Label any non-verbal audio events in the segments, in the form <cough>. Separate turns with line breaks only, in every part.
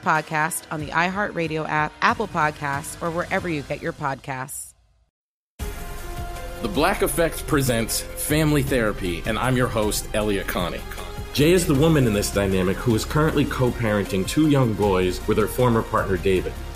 podcast on the iHeartRadio app, Apple Podcasts, or wherever you get your podcasts.
The Black Effect presents Family Therapy, and I'm your host, Elliot Connie. Jay is the woman in this dynamic who is currently co parenting two young boys with her former partner, David.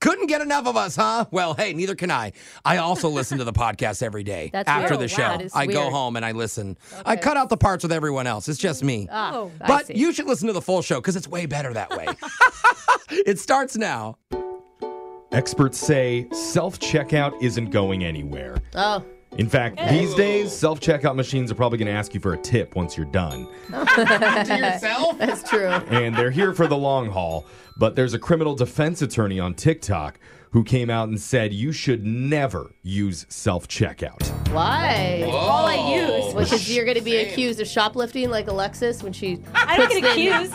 Couldn't get enough of us, huh? Well, hey, neither can I. I also listen
<laughs>
to the podcast every day
That's
after
weird.
the
Oh,
show.
wow. That is
I go
weird.
home and I listen. I cut out the parts with everyone else. It's just me.
Oh, I
but
see.
you should listen to the full show because it's way better that
<laughs>
way. it starts now.
Experts say self checkout isn't going anywhere.
Oh,
In fact, these days, self checkout machines are probably going to ask you for a tip once you're done.
<laughs> that's true.
And they're here for the long haul. But there's a criminal defense attorney on TikTok who came out and said you should never use self checkout.
Why? All I use. Because you're going to be accused of shoplifting like Alexis when she
I don't get accused.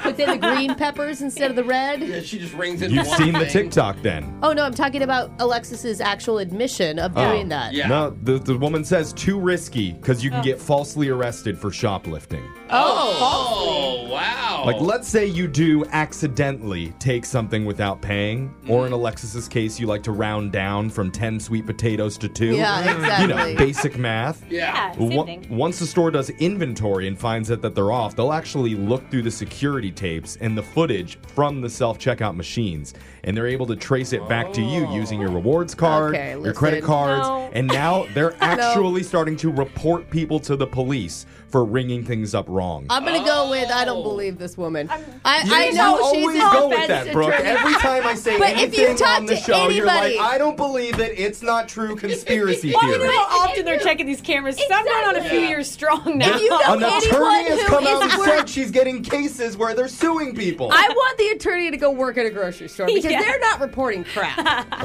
puts in the green peppers instead of the red.
She just rings it.
You've seen the TikTok then.
Oh, no, I'm talking about Alexis's actual admission of
Oh.
doing that. Oh.
No, the, the woman says too risky because you can get falsely arrested for shoplifting.
Oh, wow.
Like, let's say you do accidentally take something without paying, or in Alexis's case, you like to round down from 10 sweet potatoes to two.
Yeah,
You know,
exactly.
basic math.
Yeah, same
Wo-
thing.
once the store does inventory and finds out that they're off, they'll actually look through the security tapes and the footage from the self checkout machines, and they're able to trace it back to you using your rewards card,
Okay,
your credit
listen.
cards,
No.
and now
<laughs>
they're actually starting to report people to the police for ringing things up wrong.
I'm going to go with I
Oh.
don't believe this woman. i
You-
I,
you
know she's
always
an
go with
offense
that, Brooke.
attorney.
Every time I say
<laughs> But if you
anything
talk
on the
to
show, you're like,
anybody-
I don't believe it. It's not
<laughs>
true. Conspiracy theory.
how often <laughs> they're checking these cameras. Some run on a few years strong now.
If
<laughs>
you know
An attorney
anyone
has
who
come out
is
and
worth-
said she's getting cases where they're suing people.
I want the attorney to go work at a grocery store
<laughs>
because
Yeah.
they're not reporting crap.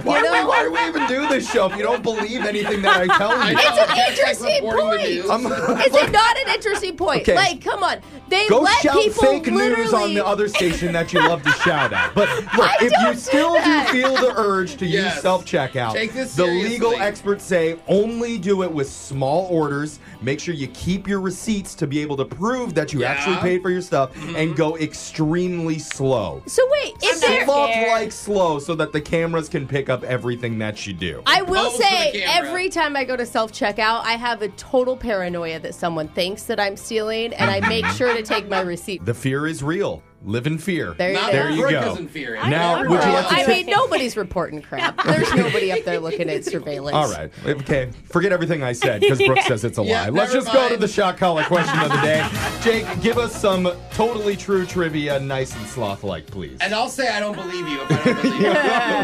why, do we, why do we even do this show if you don't believe anything that I
<laughs>
<laughs>
tell you?
It's an interesting point.
I'm-
Is it
<laughs>
not an interesting point?
Okay.
Like, come on. They
Go
let
shout
people
fake news
literally-
on the other station that you love to shout at.
<laughs>
But look, if
don't
you
do
still do
that.
feel the urge to use
Yes.
self checkout,
Take this
the legal
seriously.
experts say only do it with small orders. Make sure you keep your receipts to be able to prove that you
Yeah. Mm-hmm.
actually paid for your stuff and go extremely slow.
So wait, if they're
Sloth like slow so that the cameras can pick up everything that you do.
I will
Bubbles for the
say
camera.
every time I go to self checkout, I have a total paranoia that someone thinks that I'm stealing, and I make sure to take my receipt.
the fear is real. Live in fear.
There you
Not
go.
there you
Brooke
go.
doesn't
fear
I
now,
know,
would <laughs> you
right?
like to
I
take-
mean, nobody's reporting crap. There's nobody up there looking at surveillance.
All right. Okay. Forget everything I said because Brooke says it's a lie.
Yeah,
Let's
never
just go to the shot collar question of the day. Jake, give us some totally true trivia, nice and sloth like, please.
And I'll say I don't believe you if I
<laughs>
don't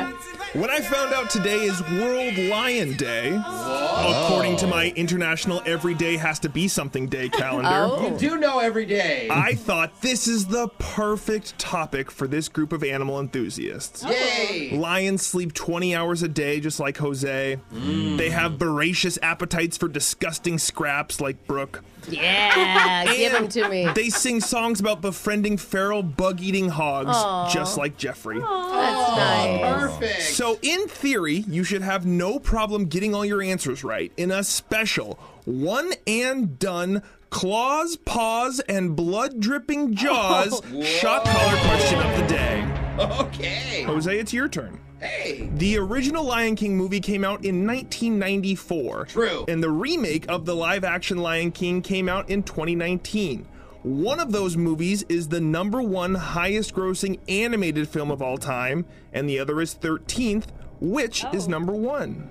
believe you. <laughs> What I found out today is World Lion Day. According to my International Everyday Has to Be Something Day
Oh.
calendar.
Oh.
You do know every day. <laughs>
I
thought this is the perfect topic for this group of animal enthusiasts.
Yay.
Lions sleep 20 hours a day, just like Jose. They have voracious appetites for disgusting scraps, like Brooke.
Yeah, give them to
<laughs>
me.
They sing songs about befriending feral bug eating hogs,
Aw.
just like Jeffrey.
That's nice.
Perfect. So, in theory, you should have no problem getting all your answers right in a special one and done claws, paws, and blood dripping jaws shot collar question of the day.
Okay.
Jose, it's your turn.
Hey.
The original Lion King movie came out in 1994. True. And the remake of the live action Lion King came out in 2019. One of those movies is the number one highest grossing animated film of all time, and the other is 13th, which is number one.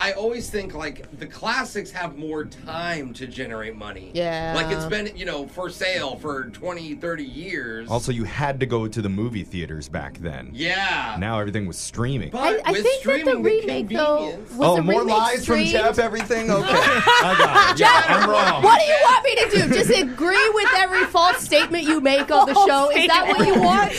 I always think like the classics have more time to generate money.
Yeah.
Like it's been, you know, for sale for 20, 30 years.
Also, you had to go to the movie theaters back then.
Yeah.
Now everything was
<laughs>
streaming.
I, I think that the remake, though, was
oh,
the
more
remake
lies from
streamed?
Jeff,
<laughs>
everything? Oh. Okay. I got it. Yeah, I'm wrong.
What do you want me to do? Just agree with every false statement you make on the
False
show? Is that what you want?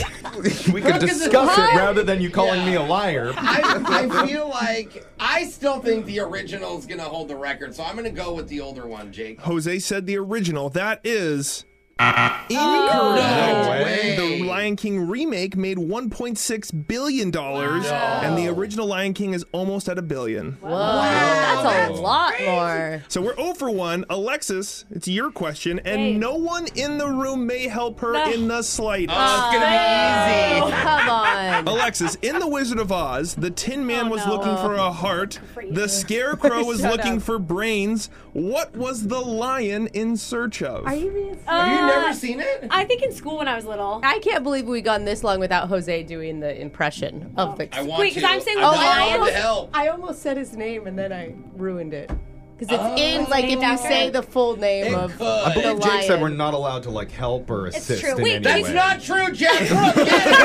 We could
Brooke is a
discuss it
liar.
rather than you calling me a liar.
<laughs> I, I feel like I still think the original is going to hold the record, so I'm going to go with the older one, Jake.
Jose said the original. That is. Incorrect.
Oh. No way.
The Lion King remake made 1.6 billion dollars, and the original Lion King is almost at a billion.
Whoa, that's a lot more.
So we're 0 for 1. Alexis, it's your question, and
Hey.
no one in the room may help her
No.
in the slightest.
Oh, Come on.
Alexis, in The Wizard of Oz, the Tin
Oh,
Man was looking for a heart, the
<laughs>
Scarecrow was
Shut
looking
up.
for brains. What was the lion in search of?
you being
Have you never
seen it?
Uh, I think in school when I was little. I can't believe we've gone this long without Jose doing the impression of the.
I want
Wait, 'cause to. I'm saying
I want
I,
to
almost,
help.
I almost said his name and then I ruined it. Because it's
Oh.
in, like, if
Named
you
after
say
it.
the full name of
I
the
believe Jake said
lion.
we're not allowed to like help or assist in any way.
true, Jack.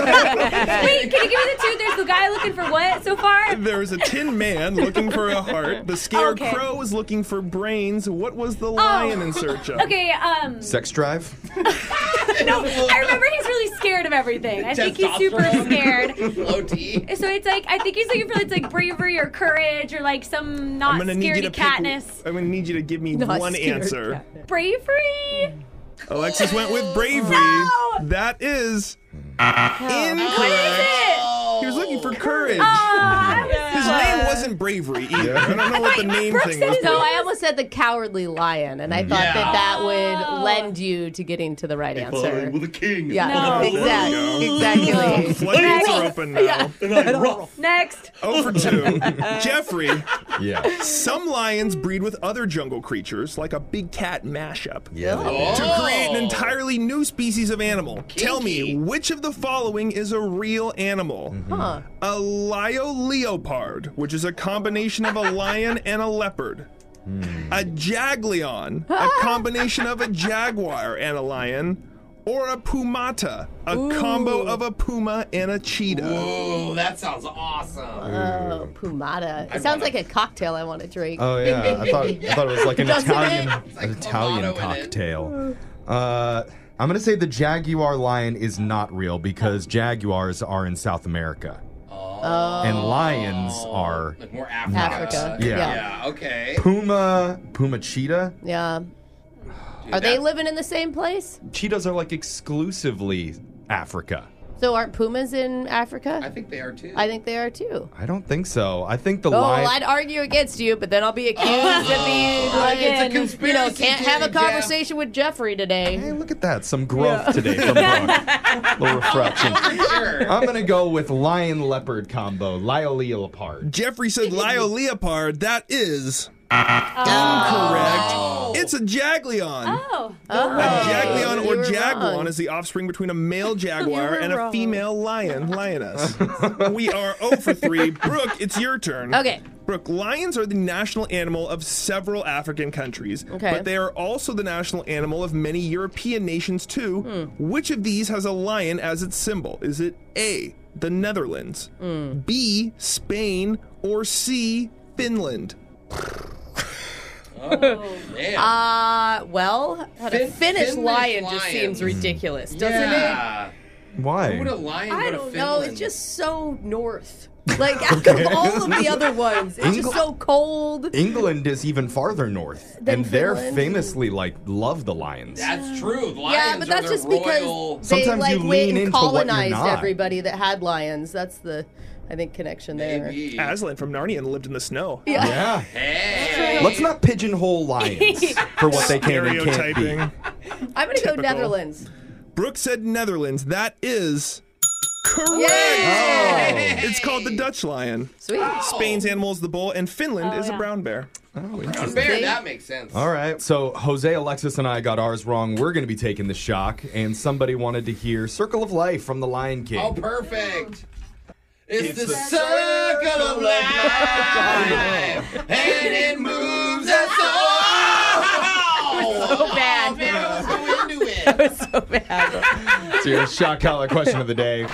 Wait, can you give me the two? There's the guy looking for <laughs> what so far?
There was a
<laughs>
Tin Man looking for a heart, the Scarecrow was looking for brains. What was the lion in search of?
Oh. Okay, um,
Sex drive?
<laughs> no, I remember he's really scared of everything. I think he's super
<laughs>
scared.
<laughs> Low T.
So it's like I think he's looking for it's like bravery or courage or like some
I'm
not
gonna need you to
scaredy
pick-
Katniss.
I'm gonna need you to give me
Not
one
scared
answer.
Bravery.
Alexis went with
No!
bravery.
Oh,
That is incorrect. He was looking for
Uh,
courage.
Oh,
His name wasn't bravery either. I don't know what the name
Brooke
thing
said
was.
it- no, I almost said the cowardly lion, and I thought
Yeah.
that that would lend you to getting to the right answer.
a king.
Yeah, No. exactly, exactly.
The floodgates are
Next.
open now.
Yeah.
<laughs> Next.
Oh
<laughs>
for two. Jeffrey.
Yeah.
Some lions breed with other jungle creatures, like a big cat mashup.
Yeah, they
To create an
Oh.
entirely new species of animal. Tell me, which of the following is a real animal?
Mm-hmm.
Huh.
A lioleopard, which is a combination of a
<laughs>
lion and a leopard.
Hmm.
A jaglion,
<laughs>
a combination of a jaguar and a lion. Or a pumata, a combo of a puma and a cheetah.
Whoa, Oh, that sounds awesome.
Oh, Pumata. It sounds like a cocktail I want to drink.
Oh yeah, I thought I thought it was like an
<laughs> Doesn't it?
Italian an Italian cocktail. Uh, I'm gonna say the jaguar lion is not real because jaguars are in South America
Oh.
and lions are
Like more
not.
Africa.
Yeah.
Yeah, okay.
Puma, puma cheetah.
Yeah. Are they living in the same place?
Cheetahs are like exclusively Africa.
So aren't pumas in Africa? I
think they are too.
I think they are too.
I don't think so. I think the
oh,
lion.
well, I'd argue against you, but then I'll be accused of being
Oh,
like,
it's a
you know,
conspiracy
can't have a
theory, Jeff.
conversation with Jeffrey today.
Look at that, some growth today
<laughs>
from Brooke. little refraction. I'm gonna go with lion leopard combo, lioleopard.
Jeffrey said Lio Leopard. That is
Ah.
Incorrect. It's a Jaglion.
Oh.
A Jaglion
You
or
were
jaguan
wrong.
is the offspring between a
<laughs>
male jaguar
were
and a
wrong.
female lion, lioness. we are 0 for 3. Brooke, it's your turn.
Okay.
Brooke, lions are the national animal of several African countries,
Okay.
but they are also the national animal of many European nations too.
Hmm.
Which of these has a lion as its symbol? Is it A, the Netherlands,
Hmm.
B, Spain, or C, Finland?
<laughs> Uh, well, a
Fin-
Finnish
Finnish
lion just
lion.
seems ridiculous, doesn't it?
yeah.
Why?
Who would a lion go
I don't
to
know.
Finland?
It's just so north.
<laughs>
Like out of all of the other ones, it's just
Engl-
so cold.
<laughs> England is even farther north,
Than
and they're
Finland?
famously like love the lions.
That's true. Lions
yeah, but that's
are
just
the royal...
because they
Sometimes you
like went
lean
and
into what you're
colonized
not.
everybody that had lions. That's the, I think, connection there.
Aslan from Narnia lived in the snow.
Yeah.
Yeah. Let's not pigeonhole
<laughs>
lions <laughs> for what they can and can't be.
Stereotyping.
I'm gonna
Typical.
go Netherlands.
Brooke said Netherlands. That is correct. It's called the Dutch lion.
Sweet.
Spain's animal is the bull, and Finland is a brown bear.
Oh,
Brown bear, that makes sense.
All right. So Jose, Alexis, and I got ours wrong. We're going to be taking the shock, and somebody wanted to hear "Circle of Life" from The Lion King.
Oh, perfect. It's,
It's
the,
the
circle of life, and it moves us all.
So bad.
Oh, man, I was so into it.
So your shock collar question of the day.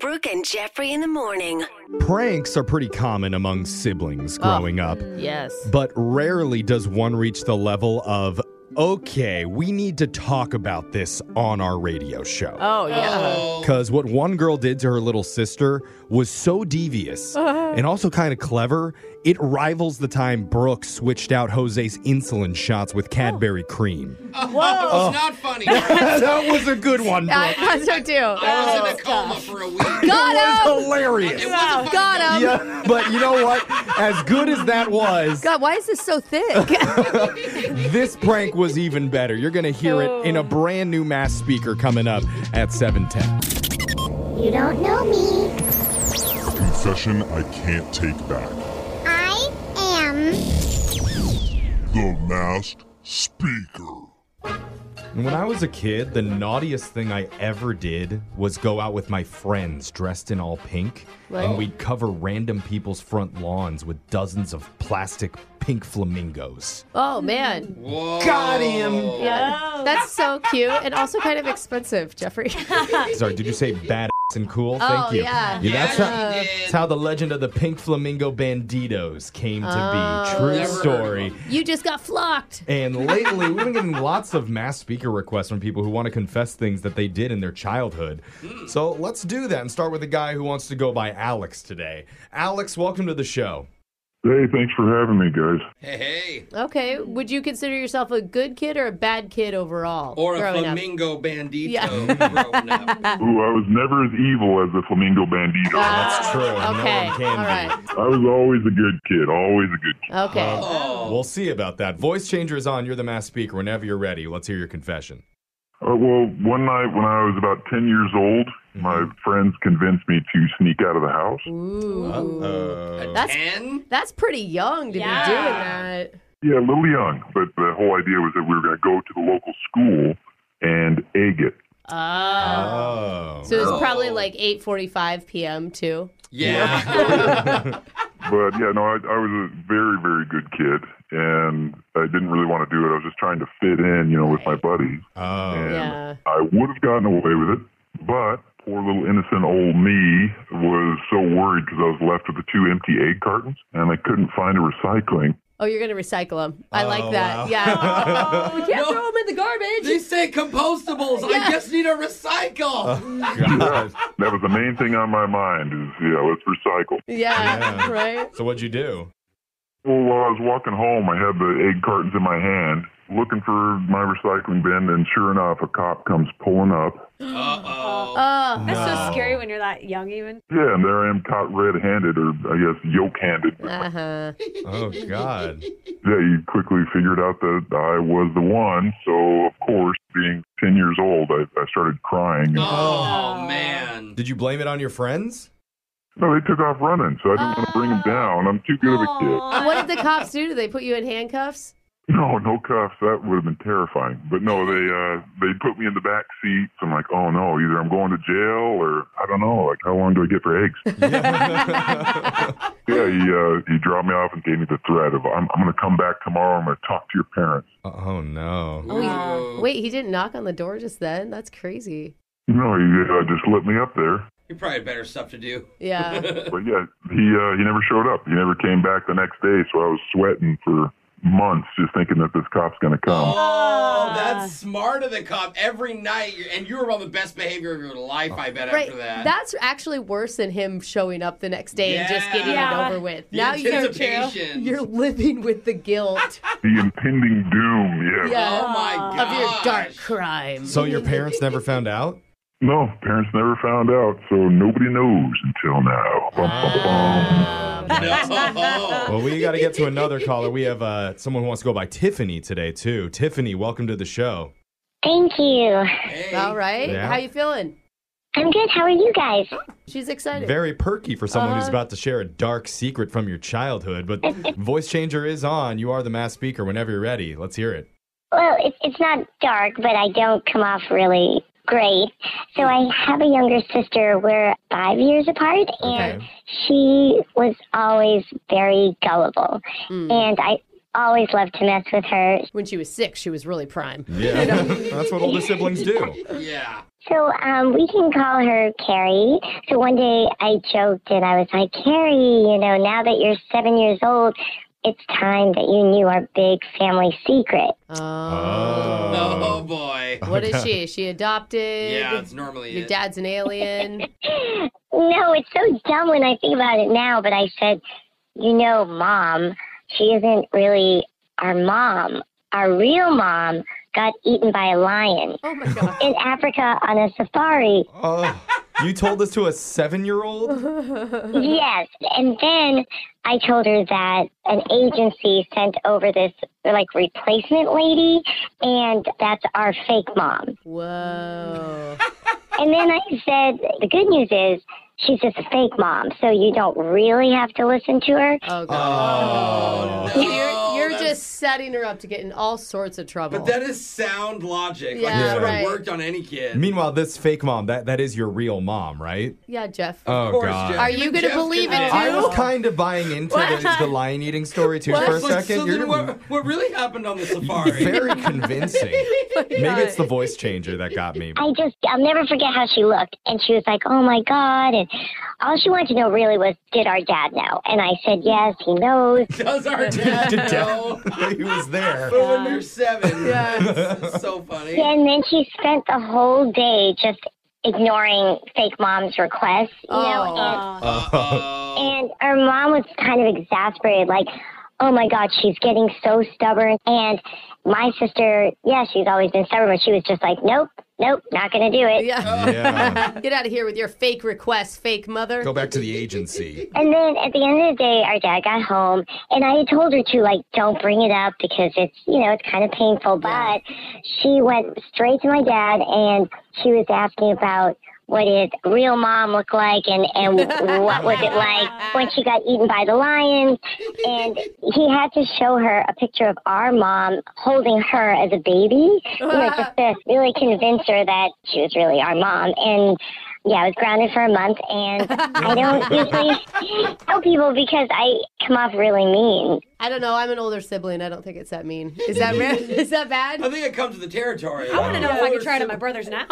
Brooke and Jeffrey in the morning.
Pranks are pretty common among siblings
Oh.
growing up,
Yes.
but rarely does one reach the level of okay, we need to talk about this on our radio show.
Oh, yeah.
Because what one girl did to her little sister was so
<laughs>
devious
Uh-huh.
and also kind of clever, it rivals the time Brooke switched out Jose's insulin shots with Cadbury cream.
<laughs> Oh,
Oh.
It's not
<laughs>
funny.
that was a good one, Brooke.
I <laughs> thought so too.
I was in a coma for a week.
Got
That <laughs>
him.
was hilarious.
Got him.
Yeah, but you know what? As good as that
<laughs>
was,
God, why is this so thick? <laughs>
this prank was even better. You're going to hear it
Oh.
in a brand new mass speaker coming up at 710.
You don't know me.
A confession I can't take back.
I am.
The masked speaker.
And When I was a kid, the naughtiest thing I ever did was go out with my friends dressed in all pink,
Whoa.
and we'd cover random people's front lawns with dozens of plastic pink flamingos.
Oh man.
Whoa.
Got him.
Yeah. That's so cute and also kind of expensive, <laughs> Jeffrey.
Sorry, did you say badass and cool?
Oh,
Thank you.
yeah.
that's,
Yeah,
how,
he did.
that's how the legend of the pink flamingo banditos came to
Oh.
be. True
Never heard of
story.
you just got flocked.
And lately, we've been getting lots of mass speaker requests from people who want to confess things that they did in their childhood. So let's do that and start with a guy who wants to go by Alex today. Alex, welcome to the show.
Hey, thanks for having me, guys.
Hey, hey.
Okay. Would you consider yourself a good kid or a bad kid overall?
Or a
growing up?
flamingo bandito.
Yeah. Ah.
Ooh, I was never as evil as the Flamingo Bandito.
That's
true.
okay. All right.
I was always a good kid, always a good kid.
Okay.
We'll see about that. Voice changer is on. You're the mass speaker. Whenever you're ready, let's hear your confession.
Uh, well, one night when I was about 10 years old,
Mm-hmm.
my friends convinced me to sneak out of the house.
Uh-oh.
That's that's pretty young to
Yeah.
be doing that.
Yeah, a little young, but the whole idea was that we were going to go to the local school and egg it.
Oh.
So it's probably like 8:45 p.m. <laughs> too. Oh,
But yeah, no, I, I was a very, very good kid, and I didn't really want to do it. I was just trying to fit in, you know, with my buddies.
Oh.
And
Yeah.
I would have gotten away with it, but poor little innocent old me was so worried because I was left with the two empty egg cartons, and I couldn't find a recycling.
Oh, you're gonna recycle them. I like
Oh,
that.
wow. <laughs>
Yeah. <laughs> we can't
No.
throw them in the garbage.
They say compostables. I just need a
Oh,
Oh,
recycle.
<laughs> Yeah, that was the main thing on my mind is, yeah, let's recycle.
Yeah.
Yeah.
Right.
So what'd you do?
Well, while I was walking home, I had the egg cartons in my hand, looking for my recycling bin, and sure enough, a cop comes pulling up.
Oh. That's
No.
so scary when you're that young, even.
Yeah, and there I am, caught red-handed, or I guess yoke-handed.
Uh
Uh-huh.
huh.
Oh God.
Yeah, you quickly figured out that I was the one. So, of course, being 10 years old, I, I started crying.
Oh, man.
Did you blame it on your friends?
No, they took off running, so I didn't want to bring them down. I'm too good of a kid.
What did the cops do? Did they put you in handcuffs?
No, no cuffs. That would have been terrifying. But no, they uh they put me in the back seat. So I'm like, oh no, either I'm going to jail or I don't know. Like, how long do I get for eggs? yeah, he uh, he dropped me off and gave me the threat of I'm I'm gonna come back tomorrow. I'm gonna talk to your parents.
Oh no.
Oh, yeah. Wait, he didn't knock on the door just then? That's crazy.
No, he uh, just let me up there.
You probably had better stuff to do. <laughs>
Yeah.
But yeah, he uh, he never showed up. He never came back the next day. So I was sweating for months just thinking that this cop's gonna come.
Ah.
Oh, that's smart of the cop. Every night, you're, and you were on the best behavior of your life, I bet,
Right.
after that.
That's actually worse than him showing up the next day and just getting
Yeah.
it over with.
The
now you're,
anticipation.
you're living with the
<laughs>
guilt
The impending doom.
Oh
Yeah.
yeah, of your dark crime.
So your parents never found out?
No, parents never found out, so nobody knows until now. Bum, bum, bum.
Well, we got to get to another caller. We have uh, someone who wants to go by Tiffany today too. Tiffany, welcome to the show.
Thank you.
All right.
Yeah.
How you feeling?
I'm good. How are you guys?
She's excited.
Very perky for someone
Uh-huh.
who's
Uh,
about to share a dark secret from your childhood.
<laughs>
But voice changer is on. You are the mass speaker. Whenever you're ready, let's hear it.
Well, it, it's not dark, but I don't come off really great. So I
Hmm.
have a younger sister. We're five years apart, and she was always very gullible. And I always loved to mess with her.
Hmm. When she was six, she was really prime.
Yeah, <laughs> that's what older siblings do.
So um, we can call her Carrie. So one day I joked and I was like, Carrie, you know, now that you're seven years old, it's time that you knew our big family secret.
uh,
Oh
<laughs>
boy.
Oh, What is she? Is she adopted?
Yeah, that's normally
Your
it.
dad's an alien.
<laughs> No, it's so dumb when I think about it now, but I said, you know, mom, she isn't really our mom. Our real mom got eaten by a lion in Africa on a safari.
Oh, you told this to a seven-year-old?
Uh-huh.
yes. And then I told her that an agency sent over this like replacement lady, and that's our fake mom.
<laughs>
Whoa.
And then I said, the good news is she's just a fake mom, so you don't really have to listen to her.
Oh,
God.
You're just setting her up to get in all sorts of trouble.
Oh, But that is sound logic. like,
Yeah,
it should
right.
have worked on any kid.
Meanwhile, this fake mom, that, that is your real mom, right?
yeah, Jeff.
Oh, God.
Are you going to believe it, too?
I was kind of buying into the, the lion eating story too
What?
for a
So then
second. You're
what, what really
<laughs>
happened on the safari?
very convincing. Maybe it's the voice changer that got me.
I just, I'll never forget how she looked. And she was like, oh my God. And all she wanted to know really was, did our dad know? And I said, yes, he knows.
Does our
<laughs>
dad know?
<laughs> he was there.
But when you're
<laughs>
seven, it's so funny.
And then she spent the whole day just ignoring fake mom's requests. You know,
Uh,
and, and her mom was kind of exasperated, like, oh my God, she's getting so stubborn. And my sister, yeah, she's always been stubborn, but she was just like, nope, nope, not going to do it.
Yeah.
<laughs> Yeah.
Get out of here with your fake requests, fake mother.
Go back to the agency.
And then at the end of the day, our dad got home, and I had told her to like don't bring it up because it's you know it's kind of painful. But she went straight to my dad, and she was asking about what did real mom look like, and and what was it like when she got eaten by the lion. And he had to show her a picture of our mom holding her as a baby, you know, just to really convince her that she was really our mom. And yeah, I was grounded for a month, and I don't usually tell people because I come off really mean.
I don't know. I'm an older sibling. I don't think it's that mean.
<laughs>
Is that rare? Is that bad?
I think it comes with the territory.
I want to know if I can try it on my brothers now.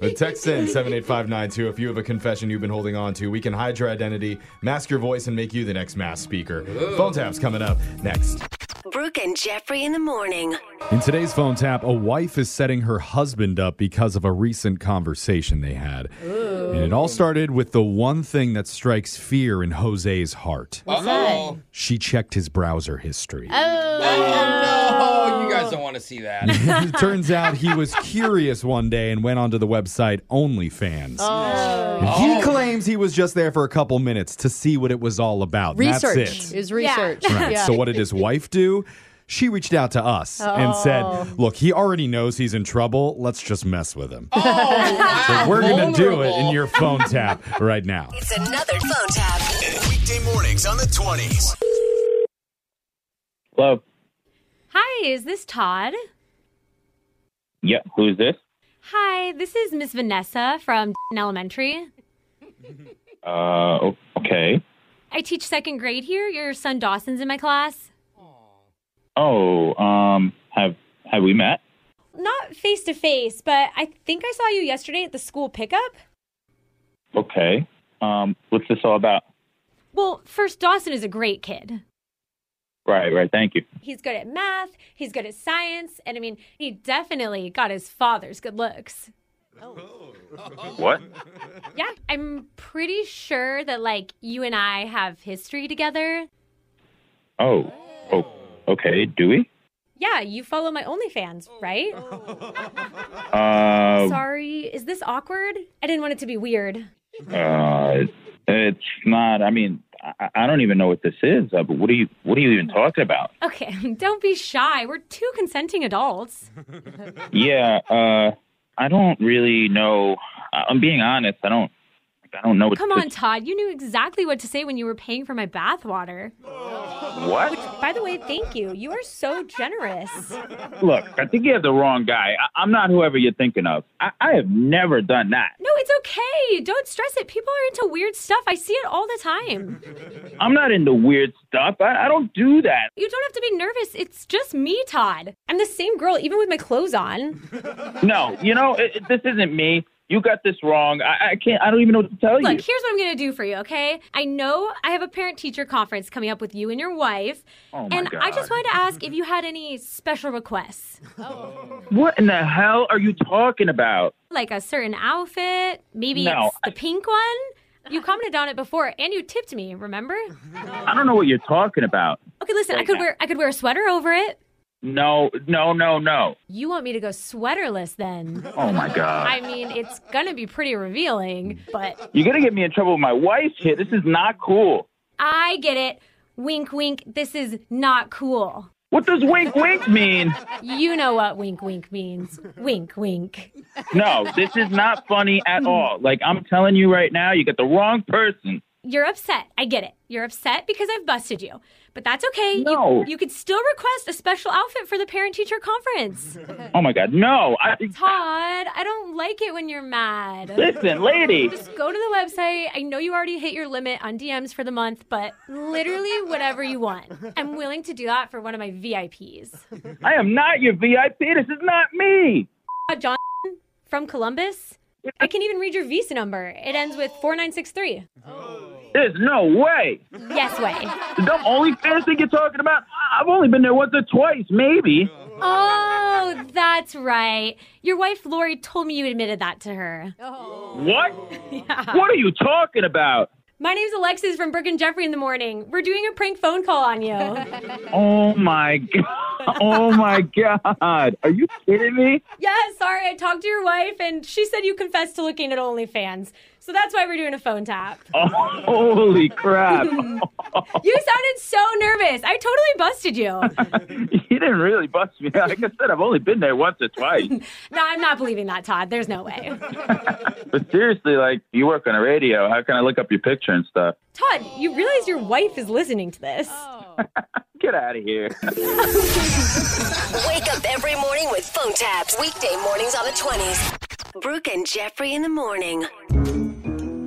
But text in 78592 if you have a confession you've been holding on to. We can hide your identity, mask your voice, and make you the next mass speaker. Phone tap's coming up next.
Brooke and Jeffrey in the morning.
In today's phone tap, a wife is setting her husband up because of a recent conversation they had. And it all started with the one thing that strikes fear in Jose's heart.
Uh-oh.
She checked his browser history.
Oh, no. You guys don't want to see that.
it <laughs> turns out he was curious one day and went onto the website OnlyFans.
Oh,
And He
Oh.
claims he was just there for a couple minutes to see what it was all about.
Research
That's it.
is research.
Right. So what did his wife do? She reached out to us and
Oh.
said, "Look, he already knows he's in trouble. Let's just mess with him.
wow.
Oh,
<laughs>
So we're going to do it in your phone tap right now."
It's another phone tap.
Weekday mornings on the 20s.
Hello.
Hi, is this Todd?
Yeah, who is this?
Hi, this is Miss Vanessa from elementary.
Uh, o- okay.
I teach second grade here. Your son Dawson's in my class.
Oh, um, have have we met?
Not face to face, but I think I saw you yesterday at the school pickup.
Okay. Um, what's this all about?
Well, first, Dawson is a great kid.
Right, right. Thank you.
He's good at math, he's good at science, and I mean, he definitely got his father's good looks.
What?
Yeah, I'm pretty sure that like you and I have history together.
Oh, oh, okay. Do we?
Yeah, you follow my OnlyFans, right?
Uh,
Sorry, is this awkward? I didn't want it to be weird.
uh, it's not. I mean, I, I don't even know what this is. Uh, but what are you? What are you even talking about?
Okay, <laughs> don't be shy. We're two consenting adults.
Yeah. Uh, I don't really know. I, I'm being honest. I don't. I don't know what.
Come
this-
on, Todd. You knew exactly what to say when you were paying for my bathwater.
What?
By the way, thank you. You are so generous.
Look, I think you have the wrong guy. I, I'm not whoever you're thinking of. I, I have never done that.
No, it's okay. Don't stress it. People are into weird stuff. I see it all the time.
I'm not into weird stuff. I, I don't do that.
You don't have to be nervous. It's just me, Todd. I'm the same girl, even with my clothes on.
No, you know, it, it- this isn't me. You got this wrong. I, I can't. I don't even know what to tell
Look,
Oh, you.
here's what I'm going to do for you, okay? I know I have a parent teacher conference coming up with you and your wife.
Oh, my
and I just
God.
wanted to ask if you had any special requests,
What in the hell are you talking about?
like a certain outfit, maybe
No.
it's the pink one. You commented on it before and you tipped me, remember?
I don't know what you're talking about.
Okay, listen, I
Right
could
now.
wear I could wear a sweater over it.
No, no, no, no.
You want me to go sweaterless then?
Oh my God.
I mean, it's gonna be pretty revealing, but
You're gonna get me in trouble with my wife here. This is not cool.
I get it. Wink, wink. This is not cool.
What does wink wink mean?
You know what wink, wink means. Wink, wink.
No, this is not funny at all. Like I'm telling you right now, you got the wrong person.
You're upset. I get it. You're upset because I've busted you, but that's okay. You-
No.
You, could still request a special outfit for the parent teacher conference.
Oh my God, no! I,
Todd, I don't like it when you're mad.
Listen, lady.
Just go to the website. I know you already hit your limit on DMs for the month, but literally whatever you want. I'm willing to do that for one of my VIPs.
I am not your VIP. This is not me.
Uh, John from Columbus. I can even read your visa number. It ends with 4963.
There's no way.
Yes way.
The dumb OnlyFans thing you're talking about? I- I've only been there once or twice, maybe.
Oh, that's right. Your wife Lori told me you admitted that to her.
What? What are you talking about?
My name's Alexis from Brooke and Jeffrey in the morning. We're doing a prank phone call on you.
Oh my <laughs> god! Oh my god! Are you kidding me? <laughs>
yeah, sorry, I talked to your wife and she said you confessed to looking at OnlyFans. So that's why we're doing a phone
<laughs>
tap.
Oh, holy crap!
You sounded so nervous. I totally busted you.
You didn't really bust me. Like I said, I've only been there once or twice.
No, I'm not believing that, Todd. There's no way.
But seriously, like you work on a radio. How can I look up your picture and stuff?
Todd, you realize your wife is listening to this.
Get out of here.
Wake up every morning with phone taps. Weekday mornings on the 20s. Brooke and Jeffrey in
<laughs>
the morning.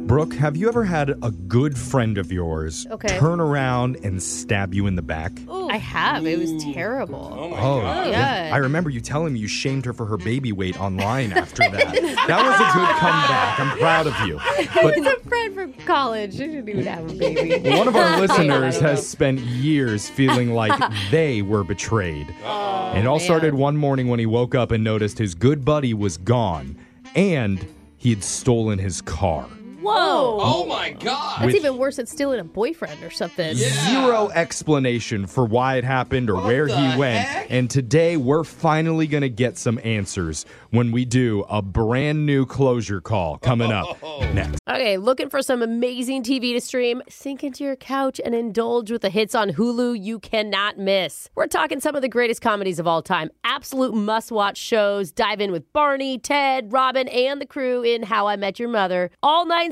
Brooke, have you ever had a good friend of yours
Okay.
turn around and stab you in the back?
I have. It was terrible. Oh
yeah. I remember you telling me you shamed her for her baby weight online after
<laughs>
that. that was a good comeback. I'm proud of you. But
<laughs> He's a friend from college. She didn't
<laughs>
even have a baby.
One of
<laughs>
our listeners
I don't
has spent years feeling
<laughs>
like they were betrayed. and it all
Oh, man.
started one morning when he woke up and noticed his good buddy was gone and he had stolen his car.
know. Whoa!
Oh my God!
That's
With-
even worse than stealing a boyfriend or something.
Zero explanation for why it happened or where he went. And today we're finally going to get some answers when we do a brand new closure call coming up next.
Okay, looking for some amazing TV to stream? Sink into your couch and indulge with the hits on Hulu you cannot miss. We're talking some of the greatest comedies of all time, absolute must watch shows. Dive in with Barney, Ted, Robin, and the crew in How I Met Your Mother. All nine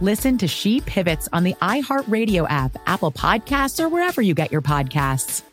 Listen to She Pivots on the iHeartRadio app, Apple Podcasts, or wherever you get your podcasts.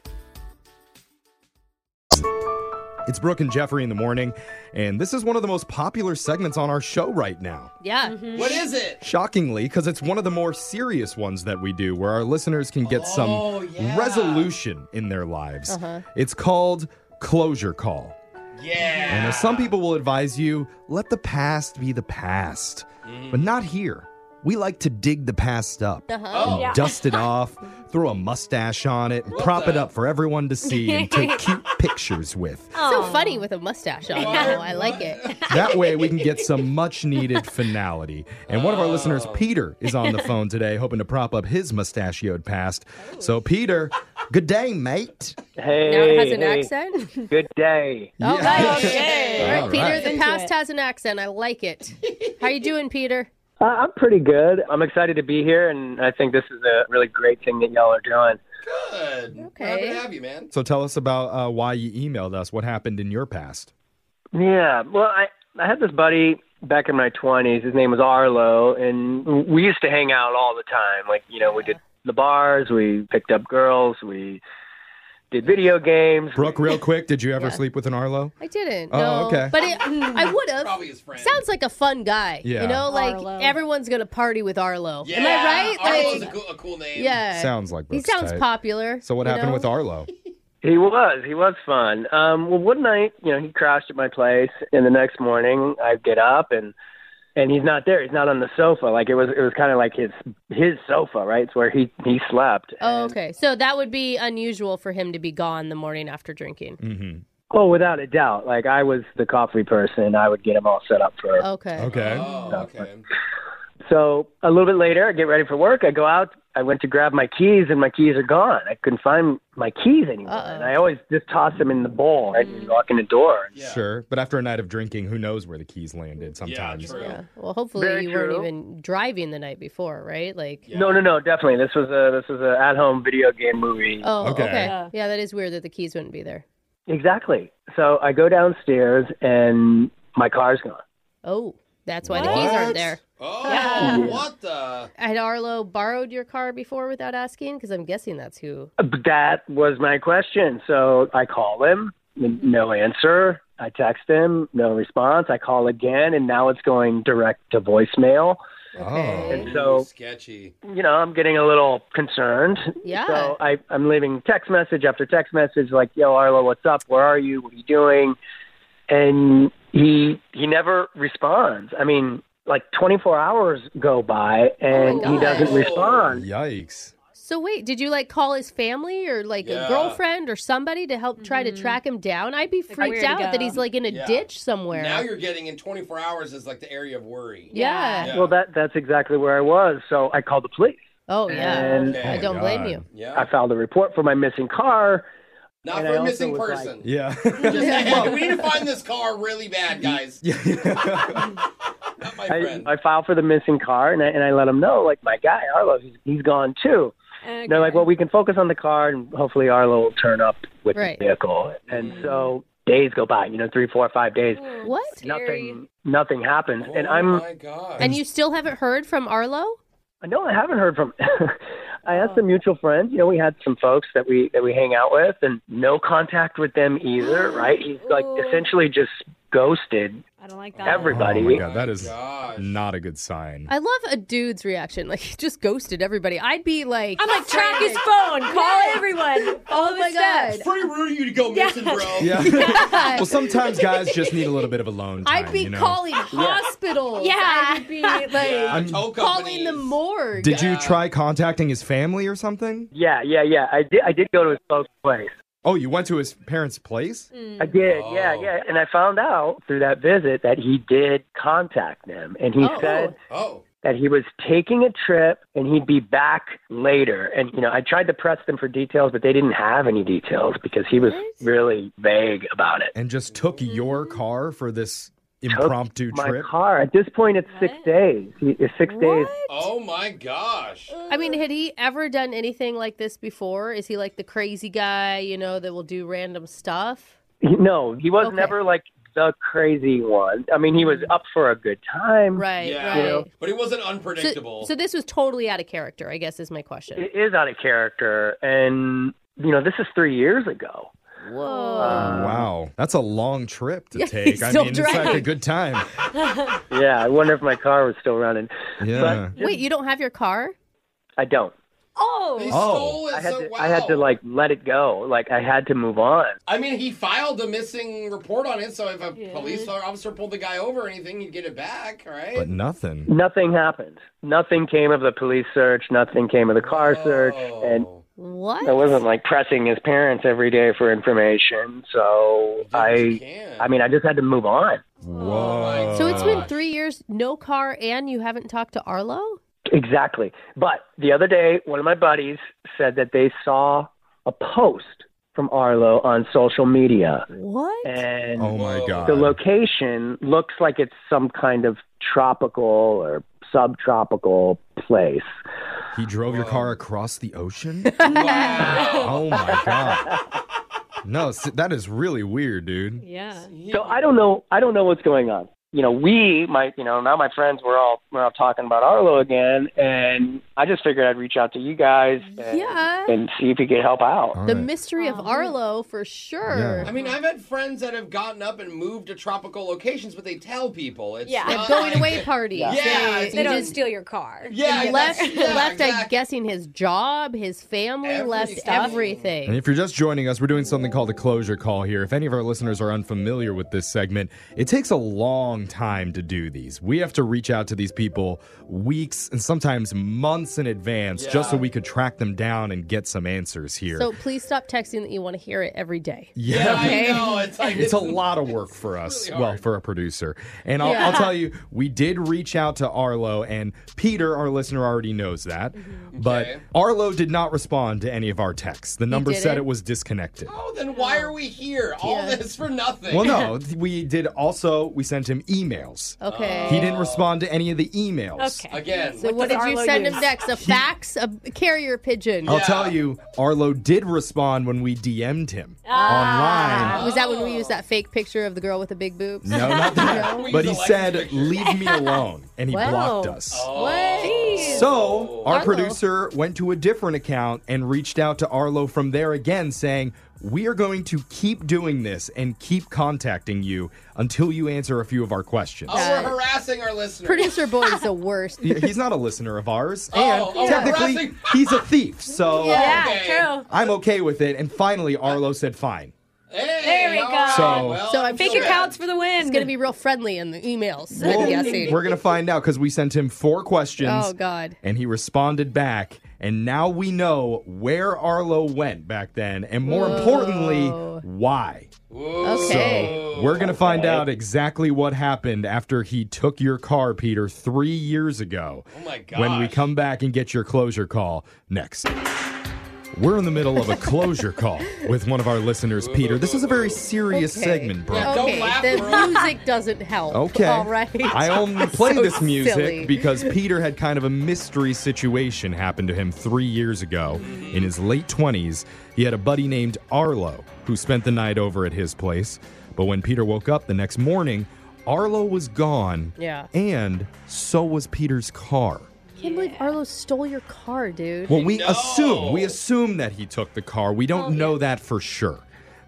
It's Brooke and Jeffrey in the morning, and this is one of the most popular segments on our show right now.
Yeah.
What is it?
Shockingly, because it's one of the more serious ones that we do where our listeners can get
Oh,
some
yeah.
resolution in their lives.
Uh-huh.
It's called Closure Call.
Yeah.
And as some people will advise you, let the past be the past,
Mm.
but not here. We like to dig the past up,
Uh-huh. Oh.
and
Yeah.
dust
<laughs>
it off, throw a mustache on it, and prop it up for everyone to see and
<laughs>
take cute pictures with.
So funny with a mustache <laughs> on. though. I like it.
That way we can get some much needed finality. And one of our
Oh.
listeners, Peter, is on the phone today, hoping to prop up his mustachioed past. So, Peter, good day, mate.
Hey.
Now it has an
hey.
accent.
Good day.
Oh, nice.
Yeah.
All right,
All
Peter,
right.
the past has an accent. I like it. How you doing, Peter?
Uh, I'm pretty good. I'm excited to be here, and I think this is a really great thing that y'all are doing.
Good. Okay. Happy to have you, man.
So, tell us about uh, why you emailed us, what happened in your past.
Yeah. Well, I I had this buddy back in my 20s. His name was Arlo, and we used to hang out all the time. Like, you know, we did the bars, we picked up girls, we did video games.
Brooke,
<laughs>
real quick, did you ever sleep with an Arlo?
I didn't.
Oh,
no.
okay.
But it, I would have. Probably his friend. Sounds like a fun guy.
Yeah.
You know, like everyone's gonna party with Arlo. Am I right?
Arlo's
like,
a, cool, a cool name.
yeah.
Sounds like
Uh, he
Brooke's
sounds
type.
popular.
So what
you
happened
know?
with
<laughs>
Arlo?
He was. He was fun. Um, well, one night, you know, he crashed at my place, and the next morning, I get up and and he's not there. He's not on the sofa. Like it was. It was kind of like his his sofa, right? It's where he he slept.
Oh, okay. So that would be unusual for him to be gone the morning after drinking.
Mm-hmm.
Oh, without a doubt. Like I was the coffee person. I would get him all set up for.
Okay.
Okay.
okay. So a little bit later, I get ready for work. I go out. I went to grab my keys, and my keys are gone. I couldn't find my keys anywhere. And I always just toss them in the bowl right and lock in the door.
Sure. But after a night of drinking, who knows where the keys landed sometimes.
Yeah. Well, hopefully
Very
you weren't
true.
even driving the night before, right? Like.
No, no, no. Definitely, this was a this was a at home video game movie.
Oh, okay. Yeah. that is weird that the keys wouldn't be there.
Exactly. So I go downstairs, and my car's gone.
Oh, that's why the keys aren't there.
Oh, what the?
Had Arlo borrowed your car before without asking? Because I'm guessing that's who.
But That was my question. So I call him, n- no answer. I text him, no response. I call again, and now it's going direct to voicemail. Oh.
Oh.
And so,
sketchy.
you know, I'm getting a little concerned.
Yeah.
So I, I'm leaving text message after text message, like, "Yo, Arlo, what's up? Where are you? What are you doing?" And he he never responds. I mean, like 24 hours go by, and
Oh
he doesn't respond.
Yikes.
So wait, did you like call his family or like
Yeah.
a girlfriend or somebody to help try
Mm-hmm.
to track him down? I'd be freaked
where to
out
go.
that he's like in a
Yeah.
ditch somewhere.
Now you're getting in 24 hours is like the area of worry.
Yeah.
Well, that that's exactly where I was. So I called the police.
Oh yeah,
And
I
Oh
don't blame you.
Yeah.
I filed a report for my missing car.
Not
And
for
I
a
also
missing
was
person.
like-
Yeah. <laughs>
<laughs> Just saying, we need to find this car really bad, guys.
I, I filed for the missing car, and I, and I let them know, like my guy Arlo, he's, he's gone too. And They're like, well, we can focus on the car, and hopefully Arlo will turn up with
Right.
the vehicle. And so days go by, you know, three, four, five days,
What?
nothing, nothing happens, and I'm
And you still haven't heard from Arlo?
No, I haven't heard from. <laughs> I asked some mutual friends. You know, we had some folks that we that we hang out with, and no contact with them either. Right? He's like essentially just ghosted. I don't like that. Everybody.
Oh my god, that is not a good sign.
I love a dude's reaction. Like <laughs> he just ghosted everybody. I'd be like,
I'm like, track his phone, call everyone, follow
oh my
his steps.
god.
Pretty rude of you to go missing, bro.
<laughs>
Yeah.
<laughs> Yeah.
well, sometimes guys just need a little bit of alone time.
I'd be
you know?
calling hospitals.
Yeah.
I would be like
Yeah. I'm- Tow
calling the morgue.
Did you try contacting his family or something?
Yeah, yeah, yeah. I did. I did go to his folks' place.
Oh, you went to his parents' place?
Mm.
Oh.
I did. Yeah, yeah. And I found out through that visit that he did contact them, <laughs> and he
Oh.
said
Oh.
that he was taking a trip and he'd be back later. And, you know, I tried to press them for details, but they didn't have any details because he was really vague about it.
And just took your
Mm-hmm.
car for this impromptu
My
trip?
car, at this point, it's six days. He- It's six days.
Oh my gosh.
I mean, had he ever done anything like this before? Is he like the crazy guy, you know, that will do random stuff?
He- No, he was never like the crazy one. I mean, he was up for a good time.
Mm. Right,
Yeah.
right.
But he wasn't
So,
unpredictable.
so this was totally out of character, I guess is my question.
It is out of character. And, you know, this is three years ago.
Whoa.
wow. Oh, That's a long trip to
Yeah,
take.
he's
I
still
mean, it's like a
driving.
good time.
yeah, I wonder if my car was still running.
Yeah.
<laughs> Wait, you don't have your car?
But I don't.
Oh.
stole it,
I had,
so
to, I had to
wow.
like let it go. Like I had to move on.
I mean, he filed a missing report on it, so if a police officer pulled the guy over or anything, you'd get it back, right?
But nothing.
Nothing happened. Nothing came of the police search. Nothing came of the car search. And
What?
I wasn't like pressing his parents every day for information. So I, I mean, I just had to move on.
Oh
Whoa.
So it's been three years, no car, and you haven't talked to Arlo?
Exactly. But the other day, one of my buddies said that they saw a post from Arlo on social media.
What?
And
Oh my God.
the location looks like it's some kind of tropical or subtropical place.
He drove your car across the
<laughs>
ocean? Oh my
<laughs>
god. No, s- that is really weird, dude.
Yeah.
So I don't know. I don't know what's going on. you know, we, my, you know, now my friends, we're all we're all talking about Arlo again, and I just figured I'd reach out to you guys and,
Yeah.
and see if you could help out.
The mystery of Arlo for sure.
I mean, I've had friends that have gotten up and moved to tropical locations, but they tell people it's
Yeah.
not
At going
like-
away parties.
Yeah,
Yeah.
it's-
They
you
don't
just-
steal your car.
Yeah,
He
<laughs>
yeah,
left
that's- yeah,
left I'm guessing his job, his family, left everything.
And if you're just joining us, we're doing something called a closure call here. If any of our listeners are unfamiliar with this segment, it takes a long time to do these. We have to reach out to these people weeks and sometimes months in advance just so we could track them down and get some answers here.
So please stop texting that you want to hear it every day.
Yeah. Yeah, I
okay?
know. it's a lot of work for us. well, for a producer. And I'll, I'll
Yeah.
tell you, we did reach out to Arlo, and Peter, our listener, already knows that.
Mm-hmm.
But Arlo did not respond to any of our texts. The number said
didn't?
it was disconnected.
Oh, then why are we here? All this for nothing.
Well,
<laughs>
no, th- we did also, we sent him emails.
Okay.
He didn't respond to any of the emails.
Again.
So what did you send him next? A fax, a carrier pigeon.
I'll tell you, Arlo did respond when we DM'd him
Oh.
online.
Ah. Was that when we used that fake picture of the girl with the big boobs?
No,
<laughs>
not that.
No?
But he said, "Leave
<laughs>
me alone," and he
Wow.
blocked us.
What?
Oh.
So our
Arlo.
producer went to a different account and reached out to Arlo from there again, saying, "We are going to keep doing this and keep contacting you until you answer a few of our questions."
Oh, we're harassing our listeners.
Producer
<laughs>
boy is the worst.
He- He's not a listener of ours,
Oh,
and
oh,
technically
harassing-
he's a thief. So
Yeah, Okay. true.
I'm okay with it. And finally, Arlo said, "Fine."
there we go.
So- Well,
so I'm
fake
sure
accounts for the win.
It's going to be real friendly in the emails.
Well,
I'm guessing.
We're gonna find out because we sent him four questions.
Oh, God.
And he responded back, and now we know where Arlo went back then, and more importantly, why.
Okay.
So we're gonna find out exactly what happened after he took your car, Peter, three years ago. Oh my
gosh.
When we come back and get your closure call next. We're in the middle of a closure call with one of our listeners, Peter. This is a very serious
Okay.
segment, bro.
okay, the music doesn't help.
Okay.
All right. <laughs>
I only play
So
this music
silly.
because Peter had kind of a mystery situation happen to him three years ago. In his late 20s, he had a buddy named Arlo who spent the night over at his place. But when Peter woke up the next morning, Arlo was gone.
Yeah.
And so was Peter's car.
can't believe Arlo stole your car, dude.
Well, we assume we assume that he took the car. We
Oh,
don't know that for sure.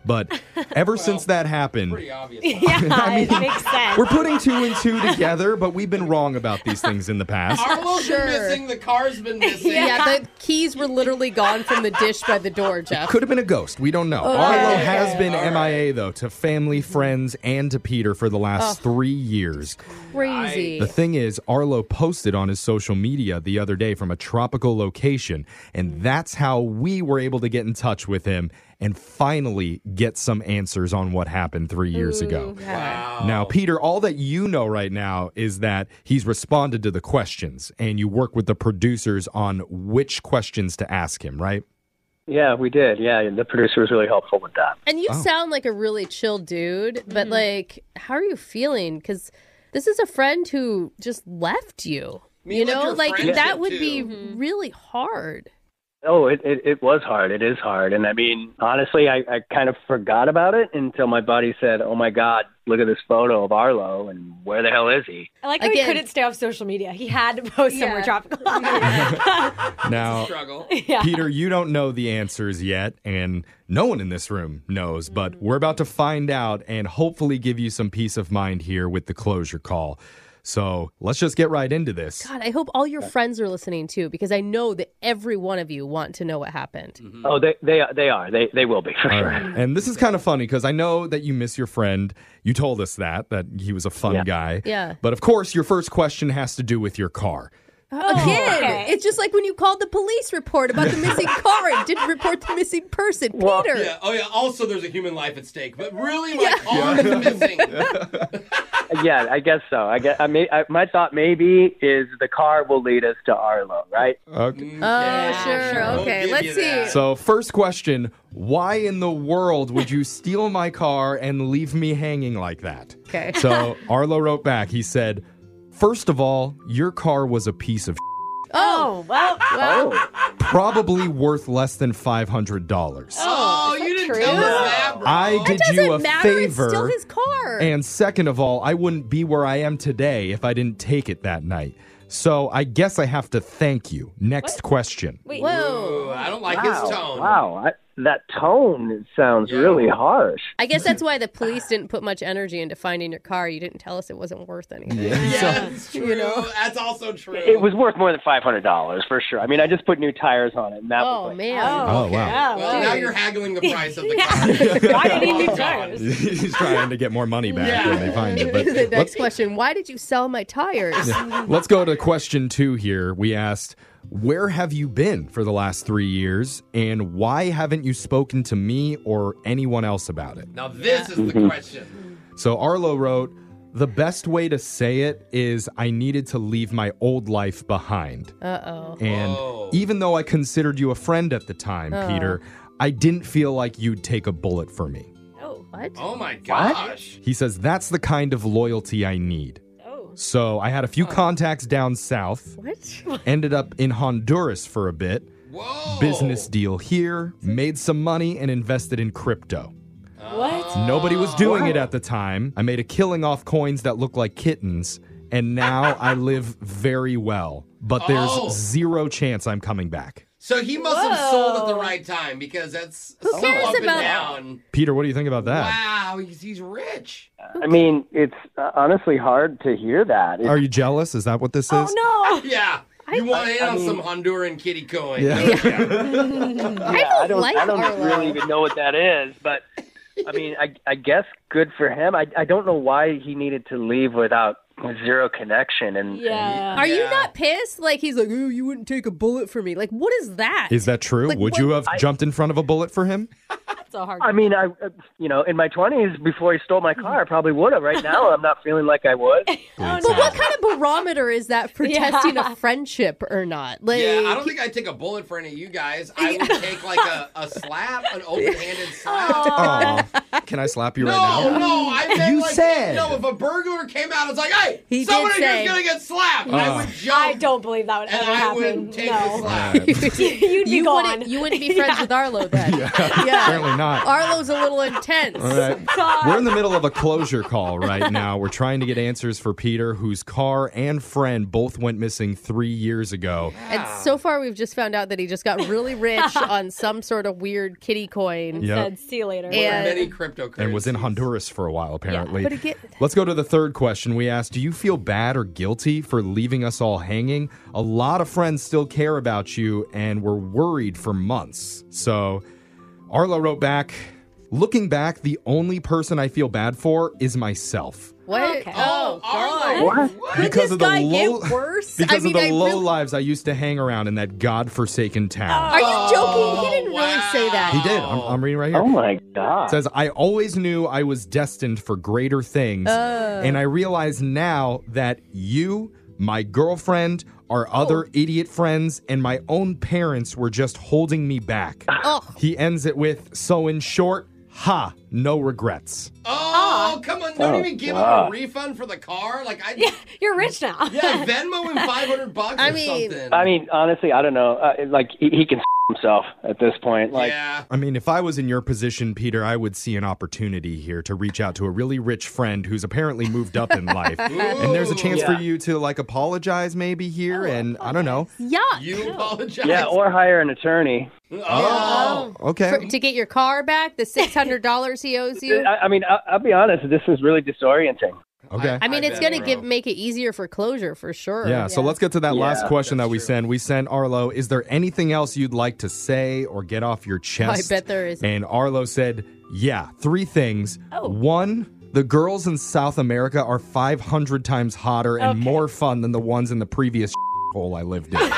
But
<laughs>
ever since that happened,
yeah, it makes sense.
we're putting two and two together, but we've been wrong about these things in the past.
Arlo's
Sure.
been missing. The car's
<laughs>
been missing.
Yeah.
<laughs>
the keys were literally gone from the dish by the door, Jeff.
Could have been a ghost. We don't know.
Okay.
Arlo has been MIA, though, to family, friends, and to Peter for the last
Ugh.
three years.
Crazy.
The thing is, Arlo posted on his social media the other day from a tropical location, and that's how we were able to get in touch with him and finally get some answers on what happened three years ago.
Wow.
Now,
Oh.
Peter, all that you know right now is that he's responded to the questions, and you work with the producers on which questions to ask him, right?
Yeah, we did. Yeah, and the producer was really helpful with that.
And you
Oh.
sound like a really chill dude,
Mm-hmm.
but like, how are you feeling? Because this is a friend who just left you.
Me
you
left
know,
your
like
friendship,
that would
too. Mm-hmm.
be really hard.
Oh, it, it, it was hard. It is hard. And I mean, honestly, I, I kind of forgot about it until my buddy said, Oh my God, look at this photo of Arlo and where the hell is he?
I like how
Again-
he couldn't stay off social media. He had to post somewhere
<laughs>
tropical.
Now,
<laughs> yeah.
Peter, you don't know the answers yet, and no one in this room knows, but we're about to find out and hopefully give you some peace of mind here with the closure call. So let's just get right into this.
God, I hope all your friends are listening too, because I know that every one of you want to know what happened.
Mm-hmm.
Oh, they, they, are- they are. They, they will be
<laughs>
for
All
sure.
right. And this is kind of funny because I know that you miss your friend. You told us that, that he was a fun guy.
Yeah.
But of course, your first question has to do with your car.
Again, it's just like when you called the police report about
<laughs>
the missing car and didn't report the missing person, Peter.
Yeah. Oh, yeah. Also, there's a human life at stake. But really, my car is missing.
<laughs> yeah, I guess so. I guess I may, I, my thought maybe is the car will lead us to Arlo, right?
Mm,
Okay.
Oh, sure. Okay, let's see.
So, first question Why in the world would you steal my car and leave me hanging like that?
Okay.
<laughs> So,
<laughs>
Arlo wrote back. He said, First of all, your car was a piece of
Oh,
well, well.
probably worth less than $500.
<laughs>
Oh, you didn't tell us that.
I did
it doesn't
you a
matter.
favor.
It's still his car. sure.
And second of all, I wouldn't be where I am today if I didn't take it that night. So I guess I have to thank you. Next question.
Wait.
Whoa. I don't like his tone.
Wow, I, that tone sounds really harsh.
I guess that's why the police didn't put much energy into finding your car. You didn't tell us it wasn't worth anything.
That's true. That's also true.
It was worth more than five hundred dollars for sure. I mean, I just put new tires on it, and that was
Oh
like,
man.
Oh, okay. wow.
Well, now you're haggling the
<laughs>
price of the car.
<laughs>
Why did he need
tires?
<laughs> He's trying to get more money back when they find you. But
<laughs> the
let's-
next question: Why did you sell my tires?
Yeah. Let's go to question two here. We asked, Where have you been for the last three years? And why haven't you spoken to me or anyone else about it?
Now this is the
Mhm.
question.
So Arlo wrote, The best way to say it is I needed to leave my old life behind.
Uh oh.
And even though I considered you a friend at the time,
Oh.
Peter, I didn't feel like you'd take a bullet for me.
Oh, what?
Oh my gosh.
He says, That's the kind of loyalty I need. Oh. So I had a few contacts down south.
What?
Ended up in Honduras for a bit. Whoa. Business deal here, made some money, and invested in crypto.
What?
Nobody was doing it at the time. I made a killing off coins that look like kittens, and now I live very well. But there's
Oh.
zero chance I'm coming back.
So he must have sold at the right time because that's so
cares
up
about-
and down.
Peter, what do you think about that?
Wow, he's, he's rich.
I mean, it's uh, honestly hard to hear that. It's-
Are you jealous? Is that what this
Oh,
is?
No. <laughs> Yeah. You want
I
in on
mean-
some Honduran kitty coin.
Yeah.
Yeah, <laughs> I don't,
like
I don't
Arlo.
really even know what that is, but I mean, I, I guess good for him. I, I don't know why he needed to leave without with zero connection. And
Yeah. Are you not pissed? Like he's like, oh, you wouldn't take a bullet for me. Like, what is that?
Is that true?
Like,
Would
what-
you have
I-
jumped in front of a bullet for him?
That's a hard.
I mean, I uh, you know, in my twenties, before he stole my car, I probably would have.
<laughs>
Right now, I'm not feeling like I would.
But what kind of barometer is that <laughs> for
Yeah.
testing a friendship or not? Like,
yeah, I don't think I'd take a bullet for any of you guys. I would take like a, a slap, an open-handed slap.
Aw. Can I slap you
Oh. no,
right now?
no, I meant
You
like,
said.
no. If a burglar came out, it's like, hey,
He did
someone in
say.
here's gonna get slapped. I
Uh.
would jump. I don't believe that would and
ever
I
happen.
Wouldn't take
No.
the slap.
<laughs> You'd
be
Wouldn't,
gone.
you <laughs> wouldn't be friends with Arlo
<laughs>
then. Yeah.
Apparently not.
Arlo's a little intense.
Oh,
All right. We're in the middle of a closure call right now. We're trying to get answers for Peter, whose car and friend both went missing three years ago.
And so far, we've just found out that he just got really <laughs> rich on some sort of weird kitty coin.
And Yep. said,
"See you later."
many
And
crypto
And was in Honduras for a while, apparently.
but again-
Let's go to the third question. We asked Do you feel bad or guilty for leaving us all hanging? A lot of friends still care about you and were worried for months. So Arlo wrote back Looking back, the only person I feel bad for is myself.
what? Oh, God.
Because of the
guy
low,
get worse?
because
I mean,
of the
I
low
really-
lives I used to hang around in that godforsaken town.
Are you joking? He didn't really say that.
Oh. He did. I'm, I'm reading right here.
Oh my god!
says I always knew I was destined for greater things,
Oh.
and I realize now that you, my girlfriend, our other idiot friends, and my own parents were just holding me back. He ends it with, "So in short, ha, no regrets."
Oh, come on! Don't
Oh,
even give him a
God.
refund for the car. Like I, yeah,
you're rich now.
<laughs>
<laughs>
yeah, Venmo him five hundred bucks
I
or
mean-
something.
I mean, honestly, I don't know. Uh, like he, he can <laughs> himself at this point. Like,
I mean, if I was in your position, Peter, I would see an opportunity here to reach out to a really rich friend who's apparently moved up in life. and there's a chance
Yeah.
for you to like apologize maybe here and I don't know.
Yuck.
You apologize.
yeah, or hire an attorney.
Oh.
Okay.
For- to get your car back, the six hundred dollars he owes you.
<laughs> I, I mean, I, I'll be honest. This is really disorienting.
Okay.
I mean, it's gonna give make it easier for closure for sure.
Yeah, so let's get to that
Yeah,
last question that we sent. We sent Arlo, is there anything else you'd like to say or get off
<laughs>
your chest?
bet there is.
And Arlo said, yeah, three things.
Oh.
One, the girls in South America are 500 times hotter and more fun than the ones in the previous <laughs> hole I lived in.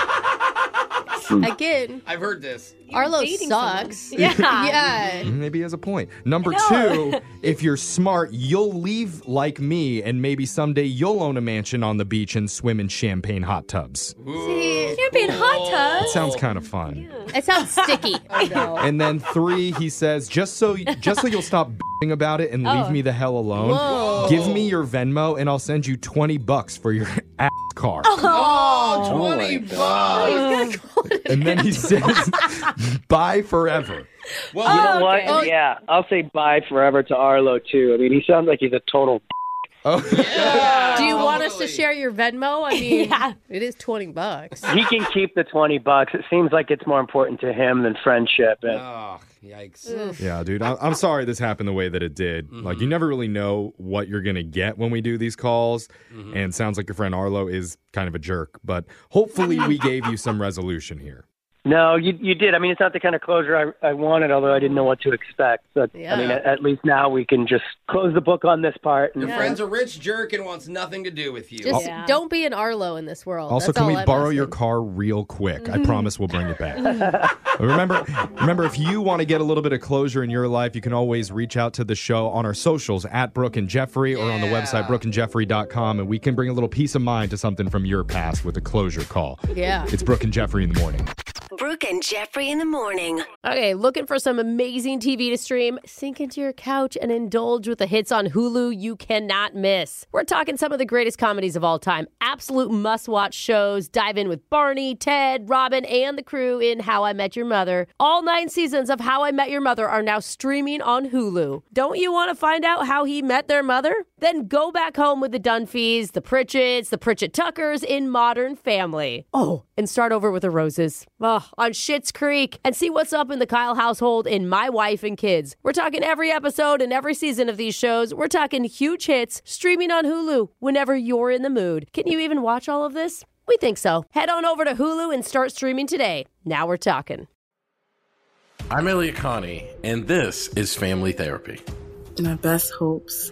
<laughs> Again,
I've heard this.
Arlo
dating
sucks.
someone. Yeah.
<laughs> yeah.
Mm, Maybe as a point. Number
No. <laughs>
two, if you're smart, you'll leave like me, and maybe someday you'll own a mansion on the beach and swim in champagne hot tubs.
See,
Can't be in hot tub.
That
Oh.
sounds kind of fun.
It sounds sticky. <laughs> I know.
And then three, he says, just so just so you'll stop bitching about it and leave
Oh.
me the hell alone.
Whoa.
Give me your Venmo and I'll send you twenty bucks for your <laughs> ass car.
Oh,
Oh,
<laughs>
20
my
bucks.
God. And then he says, bye forever.
Well,
you know
what?
what? Yeah, I'll say bye forever to Arlo too. I mean, he sounds like he's a total. <laughs>
Do you want us to share your Venmo?
<laughs>
I mean, it is 20 bucks.
he can keep the twenty bucks. It seems like it's more important to him than friendship. And
Ah.
yikes.
Yeah, dude, I'm, I'm sorry this happened the way that it did. Like, you never really know what you're going to get when we do these calls. And sounds like your friend Arlo is kind of a jerk, but hopefully we gave you some resolution here.
No, you you did. I mean, it's not the kind of closure I, I wanted, although I didn't know what to expect. So I mean, at, at least now we can just close the book on this part. And,
Your
and-
Friend's a rich jerk and wants nothing to do with you.
Just don't be an Arlo in this world.
Also,
That's
can
all
we
I'm
borrow your car real quick?
Mm-hmm.
I promise we'll bring it
<laughs>
back. remember, remember, if you want to get a little bit of closure in your life, you can always reach out to the show on our socials at Brooke and Jeffrey or on the website brookandjeffrey.com, and we can bring a little peace of mind to something from your past with a closure call.
Yeah.
It's Brooke and Jeffrey in the morning.
Brooke and Jeffrey in the morning.
Okay, looking for some amazing TV to stream? Sink into your couch and indulge with the hits on Hulu you cannot miss. We're talking some of the greatest comedies of all time, absolute must watch shows. Dive in with Barney, Ted, Robin, and the crew in How I Met Your Mother. All nine seasons of How I Met Your Mother are now streaming on Hulu. Don't you want to find out how he met their mother? Then go back home with the Dunphys, the Pritchett's, the Pritchett Tuckers in Modern Family. Oh, and start over with the Roses. Ugh, on Schitt's Creek and see what's up in the Kyle household in My Wife and Kids. We're talking every episode and every season of these shows. We're talking huge hits streaming on Hulu whenever you're in the mood. Can you even watch all of this? We think so. Head on over to Hulu and start streaming today. Now we're talking.
I'm Elliot Connie, and this is Family Therapy.
my best hopes.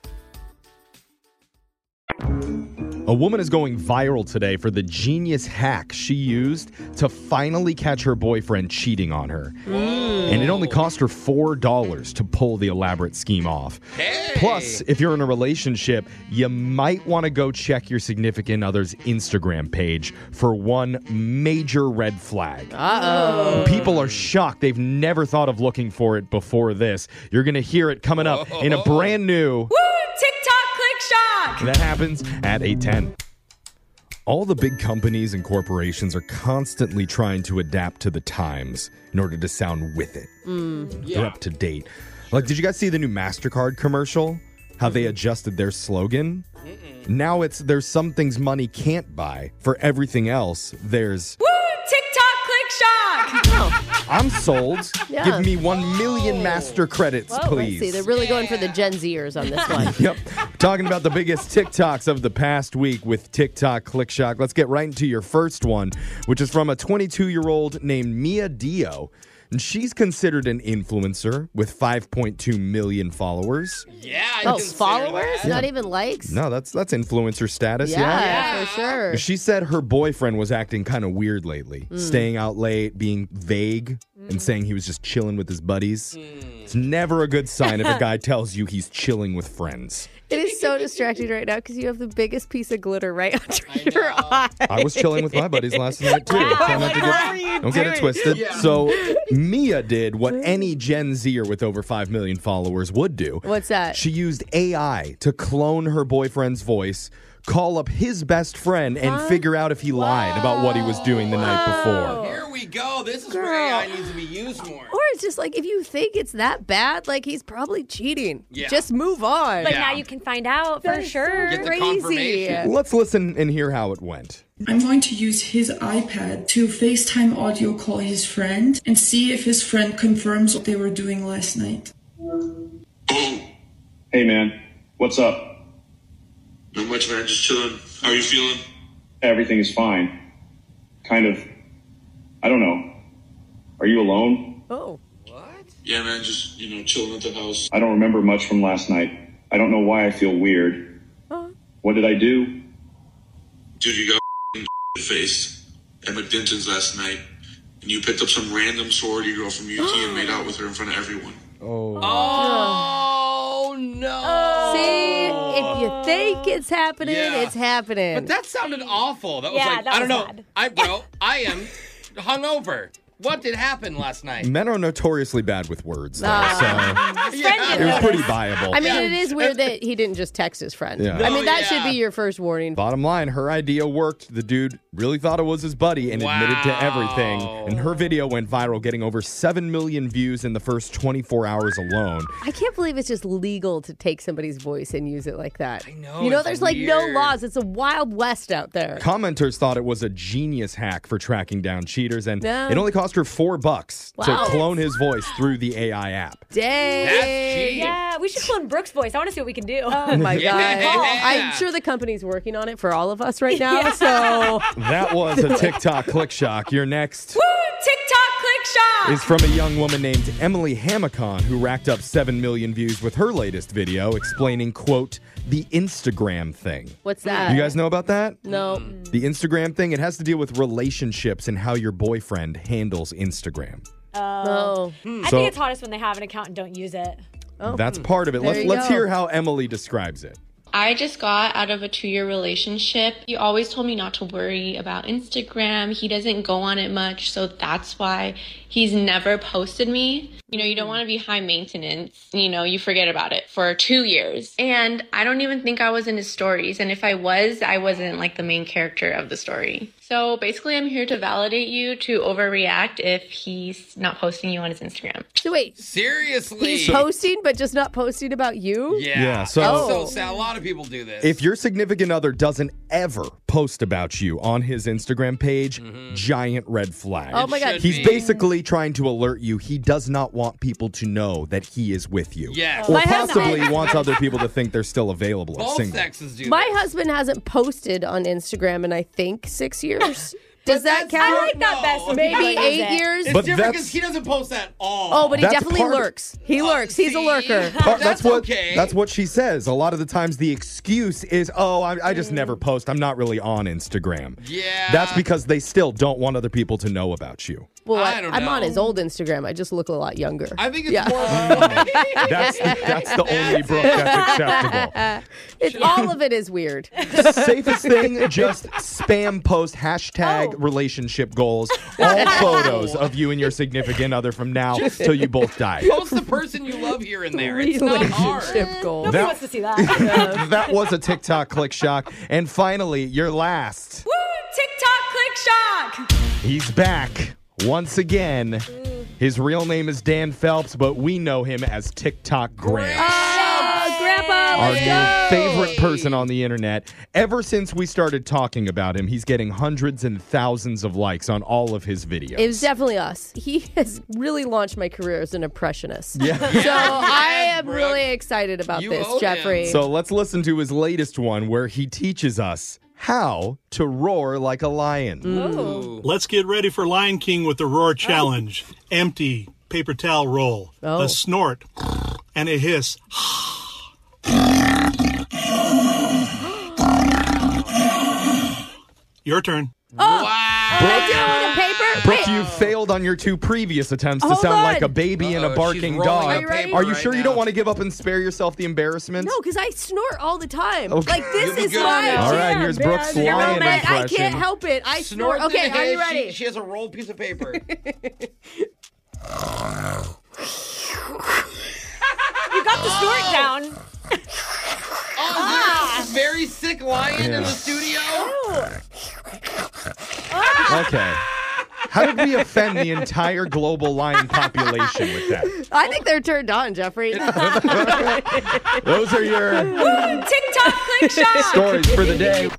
A woman is going viral today for the genius hack she used to finally catch her boyfriend cheating on her.
Mm.
And it only cost her $4 to pull the elaborate scheme off. Plus, if you're in a relationship, you might want to go check your significant other's Instagram page for one major red flag.
Uh-oh.
People are shocked. They've never thought of looking for it before this. You're going to hear it coming up in a brand new
Woo! TikTok click shock.
that happens at 810. All the big companies and corporations are constantly trying to adapt to the times in order to sound with it.
Mm.
They're up to date. Like, did you guys see the new MasterCard commercial? How they adjusted their slogan? Now it's there's some things money can't buy. For everything else, there's
Woo! TikTok click shock.
I'm sold.
<laughs> Yeah.
Give me one million master credits,
Whoa,
please.
Let's see. They're really going for the Gen Zers
<laughs>
on this one.
yep. Talking about the biggest TikToks of the past week with TikTok Click Shock. Let's get right into your first one, which is from a 22 year old named Mia Dio. And she's considered an influencer with 5.2 million followers.
Yeah. oh, followers? Not even likes?
No, that's that's influencer status.
yeah,
Yeah.
for sure.
She said her boyfriend was acting kind of weird lately,
Mm.
staying out late, being vague, and saying he was just chilling with his buddies.
Mm.
It's never a good sign if a guy <laughs> tells you he's chilling with friends.
It is so distracting right now because you have the biggest piece of glitter right <laughs> under your eye.
I was chilling with my buddies
<laughs>
last night too. Try not to get- don't get it twisted.
Yeah.
So Mia did what any Gen Zer with over five million followers would do.
What's that?
She used AI to clone her boyfriend's voice, call up his best friend, and
Huh?
figure out if he lied about what he was doing the night before.
Here we go. This is where
Girl.
AI needs to be used more.
Or it's just like if you think it's that bad, like he's probably cheating.
Yeah.
Just move on.
But now you can find out for sure.
Get the Crazy. confirmation.
Let's listen and hear how it went.
I'm going to use his iPad to FaceTime audio call his friend and see if his friend confirms what they were doing last night.
Hey man, what's up?
Not much, man. Just chilling. How are you feeling?
Everything is fine. Kind of. I don't know. Are you alone?
Oh.
Yeah, man. Just you know, chilling at the house.
I don't remember much from last night. I don't know why I feel weird. What did I do?
Dude, you got <laughs> faced Emma Denton's last night, and you picked up some random sorority girl from UT and made out with her in front of everyone.
Oh.
Oh, no.
See, if you think it's happening,
Yeah.
it's happening.
But that sounded awful. That was
Yeah,
like,
that
I don't
was
know.
<laughs>
I, bro, I am hungover. What did happen last night?
Men are notoriously bad with words, though,
<laughs>
Ah.
so it was pretty viable.
I mean, it is weird that he didn't just text his friend.
Yeah.
I mean, that
No,
should be your first warning.
Bottom line, her idea worked. The dude really thought it was his buddy and admitted to everything. And her video went viral, getting over 7 million views in the first 24 hours alone.
I can't believe it's just legal to take somebody's voice and use it like that. I know. You know,
it's
there's like no
weird.
laws. It's a wild west out there.
Commenters thought it was a genius hack for tracking down cheaters, and
No.
it only cost her four bucks
Wow.
to clone his voice through the AI app.
Dang.
Yeah, we should clone Brooks' voice. I want to see what we can do.
Oh my
<laughs>
god!
Yeah.
I'm sure the company's working on it for all of us right now. So
That was a TikTok click shock. Your next
Woo! TikTok click shock.
is from a young woman named Emily Hamicon who racked up 7 million views with her latest video explaining, quote, the Instagram thing.
what's that?
you guys know about that?
No.
The Instagram thing, it has to deal with relationships and how your boyfriend handles Instagram.
Oh. I
So-
think it's hottest when they have an account and don't use it.
Oh.
That's
Hmm.
part of it.
Oh, There
Let's
you
let's
go.
hear how Emily describes it.
I just got out of a two year relationship. He always told me not to worry about Instagram. He doesn't go on it much, so that's why he's never posted me. You know, you don't want to be high maintenance. You know, you forget about it for two years. And I don't even think I was in his stories. And if I was, I wasn't like the main character of the story. So basically, I'm here to validate you to overreact if he's not posting you on his Instagram.
So wait,
Seriously.
he's posting but just not posting about you.
Yeah. so-
Oh. so, a lot of people do this.
If your significant other doesn't ever post about you on his Instagram page, giant red flag.
Mm-hmm. Oh my It God. should
He's
be.
basically trying to alert you he does not want people to know that he is with you.
Yes.
Or
My husband- <laughs>
possibly wants other people to think they're still available or single.
sexes
My husband hasn't posted on Instagram in I think six years. Does that count?
I like that best. when
Maybe
people use
eight
it.
years?
It's
But
different
that's-
because he doesn't post that all.
Oh, but he
That's
definitely
part of-
lurks. He
<laughs>
lurks. He's a lurker.
Part- that's, what
okay.
that's what she says. A lot of the times the excuse is, "Oh, I, I just
Mm.
never post. I'm not really on Instagram."
Yeah.
That's because they still don't want other people to know about
<laughs>
you.
Well,
I
I
don't
am on
know.
his old Instagram. I just look a lot younger.
I think it's
Yeah.
more.
That's the, that's the only Brooke
<laughs>
that's
<laughs>
acceptable.
It's, all of it is weird.
Safest
<laughs>
thing, just spam post hashtag relationship goals. All photos of you and your significant other from now till you both
<laughs>
die.
Post the person you love here and there. It's not hard.
goal.
Nobody That- wants
to see that.
<laughs> that was a TikTok click shock. And finally, your
<laughs>
last.
Woo! TikTok click shock.
He's back once again. His real name is Dan Phelps, but we know him as TikTok Grant.
Oh, Grandpa,
our
let's
<laughs>
new
go.
favorite person on the internet. Ever since we started talking about him, he's getting hundreds and thousands of likes on all of his videos.
It was definitely us. He has really launched my career as an impressionist.
Yeah.
So I am really excited about this, Jeffrey.
so let's listen to his latest one where he teaches us how to roar like a lion.
Let's get ready for Lion King with the roar challenge. Empty paper towel roll,
Oh.
a snort, and a hiss. Your turn.
Brooke, you failed on your two previous attempts to
Hold
sound like
on.
a baby and a
Uh-oh, she's
barking
rolling
dog.
her Are you ready?
you
right
sure you
now.
don't want to give up and spare yourself the
<laughs>
embarrassment?
no, because I snort all the time.
Okay.
Like this
You'll be
is
good.
my
All right,
jam,
here's
man.
Brooke's
You know
lion
what? I
impression.
can't help it. I snort.
Snorts in
Okay,
the
are you
hand. She-
ready?
She, has a rolled piece of
<laughs>
paper.
You got the snort
<laughs>
down.
Oh,
Ah.
is there a very sick lion
Yeah.
in the studio.
Okay. How did we offend the entire global lion population with that?
I think they're turned
<laughs>
on, <laughs> Jeffrey.
Those are your
TikTok click
stories for the day.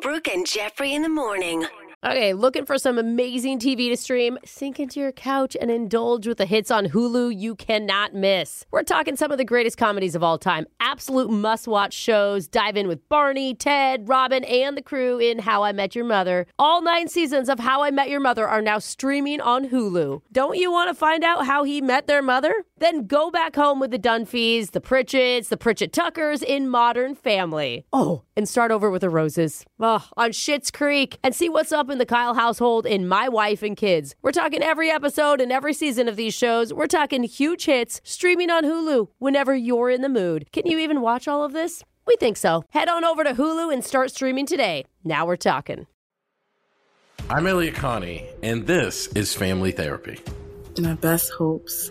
Brooke and Jeffrey in the morning.
Okay, looking for some amazing TV to stream? Sink into your couch and indulge with the hits on Hulu you cannot miss. We're talking some of the greatest comedies of all time, absolute must watch shows. Dive in with Barney, Ted, Robin, and the crew in How I Met Your Mother. All nine seasons of How I Met Your Mother are now streaming on Hulu. Don't you want to find out how he met their mother? Then go back home with the Dunphys, the Pritchett's, the Pritchett Tuckers in Modern Family. Oh, and start over with the Roses. Oh, on Schitt's Creek and see what's up in the Kyle household in My Wife and Kids. We're talking every episode and every season of these shows. We're talking huge hits streaming on Hulu whenever you're in the mood. Can you even watch all of this? We think so. Head on over to Hulu and start streaming today. Now we're talking.
I'm Elliot Connie, and this is Family Therapy.
my best hopes.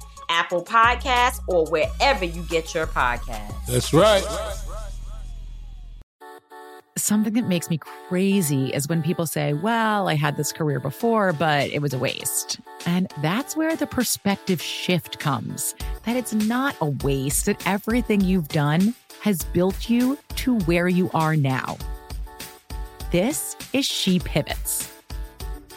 Apple Podcasts, or wherever you get your podcasts.
That's right.
Something that makes me crazy is when people say, Well, I had this career before, but it was a waste. And that's where the perspective shift comes that it's not a waste, that everything you've done has built you to where you are now. This is She Pivots,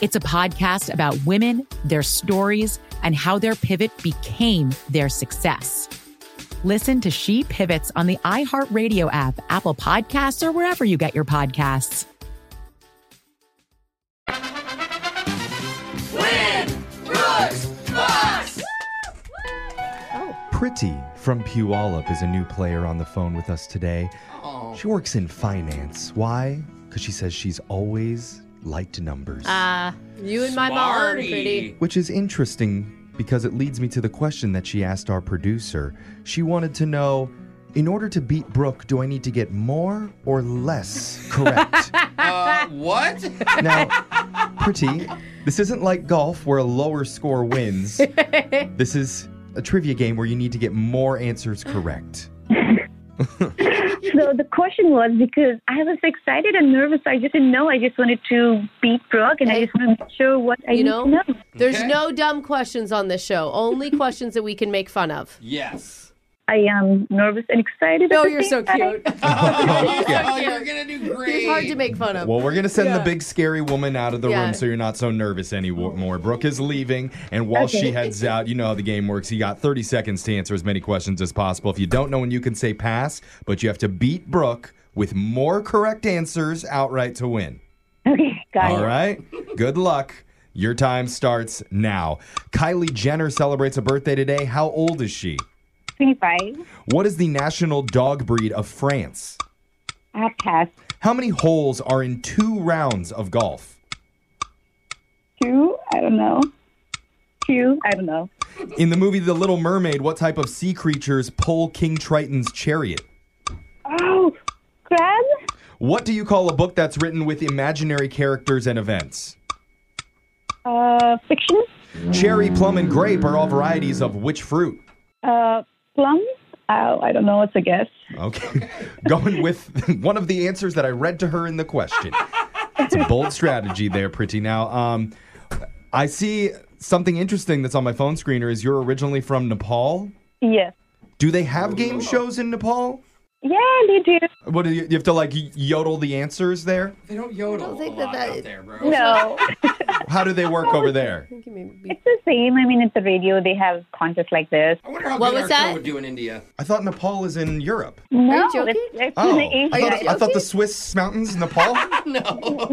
It's a podcast about women, their stories, and how their pivot became their success. Listen to She Pivots on the iHeartRadio app, Apple Podcasts, or wherever you get your podcasts.
Win! Brooks! Box!
Pretty from Puyallup is a new player on the phone with us today.
Oh.
She works in finance. Why? Because she says she's always liked numbers.
Ah, you and my barn, pretty.
Which is interesting because it leads me to the question that she asked our producer. She wanted to know in order to beat Brooke, do I need to get more or less correct?
<laughs>
uh, what?
now, pretty, this isn't like golf where a lower score wins.
<laughs>
This is a trivia game where you need to get more answers correct.
So the question was because I was excited and nervous. I just didn't know. I just wanted to beat Brooke, and I just wanted to show what I
You
need
know,
to know.
there's no dumb questions on this show. <laughs> Only questions that we can make fun of.
Yes.
I am nervous and excited.
No,
at the
you're so
same time.
cute.
<laughs> Okay.
<laughs> you're gonna do great. He's hard to make fun of.
Well, we're going to send the
Yeah.
big scary woman out of the
Yeah.
room so you're not so nervous anymore. Brooke is leaving, and while she
Okay.
heads out, you know how the game works. You got 30 seconds to answer as many questions as possible. If you don't know when you can say pass, but you have to beat Brooke with more correct answers outright to win.
Okay, got
All
it.
right. Good luck. Your time starts now. Kylie Jenner celebrates a birthday today. How old is she?
25.
What is the national dog breed of France?
I pass
How many holes are in two rounds of golf?
two. I don't know. Two. I don't know.
In the movie The Little Mermaid, what type of sea creatures pull King Triton's chariot?
Oh, crab.
What do you call a book that's written with imaginary characters and events?
Uh, fiction.
Cherry, plum, and grape are all varieties of which fruit?
Uh, plum. Oh, I don't know. It's a guess.
Okay. <laughs> Going with <laughs> one of the answers that I read to her in the question. It's a bold strategy there, Pretty. Now, um, I see something interesting that's on my phone screener is you're originally from Nepal.
Yes.
Do they have game shows in Nepal?
Yeah, they do.
What do you, you have to like yodel the answers there?
They don't yodel.
think that that is.
<laughs> No,
How do they work over there?
it's the same. I mean, it's the radio. They have contests like this.
How
What
good
was
our show
that?
Would do in India.
I thought Nepal is in Europe.
No,
joking?
it's, it's
Oh,
in the
I
Asia.
thought, I thought the Swiss mountains, Nepal.
<laughs> no.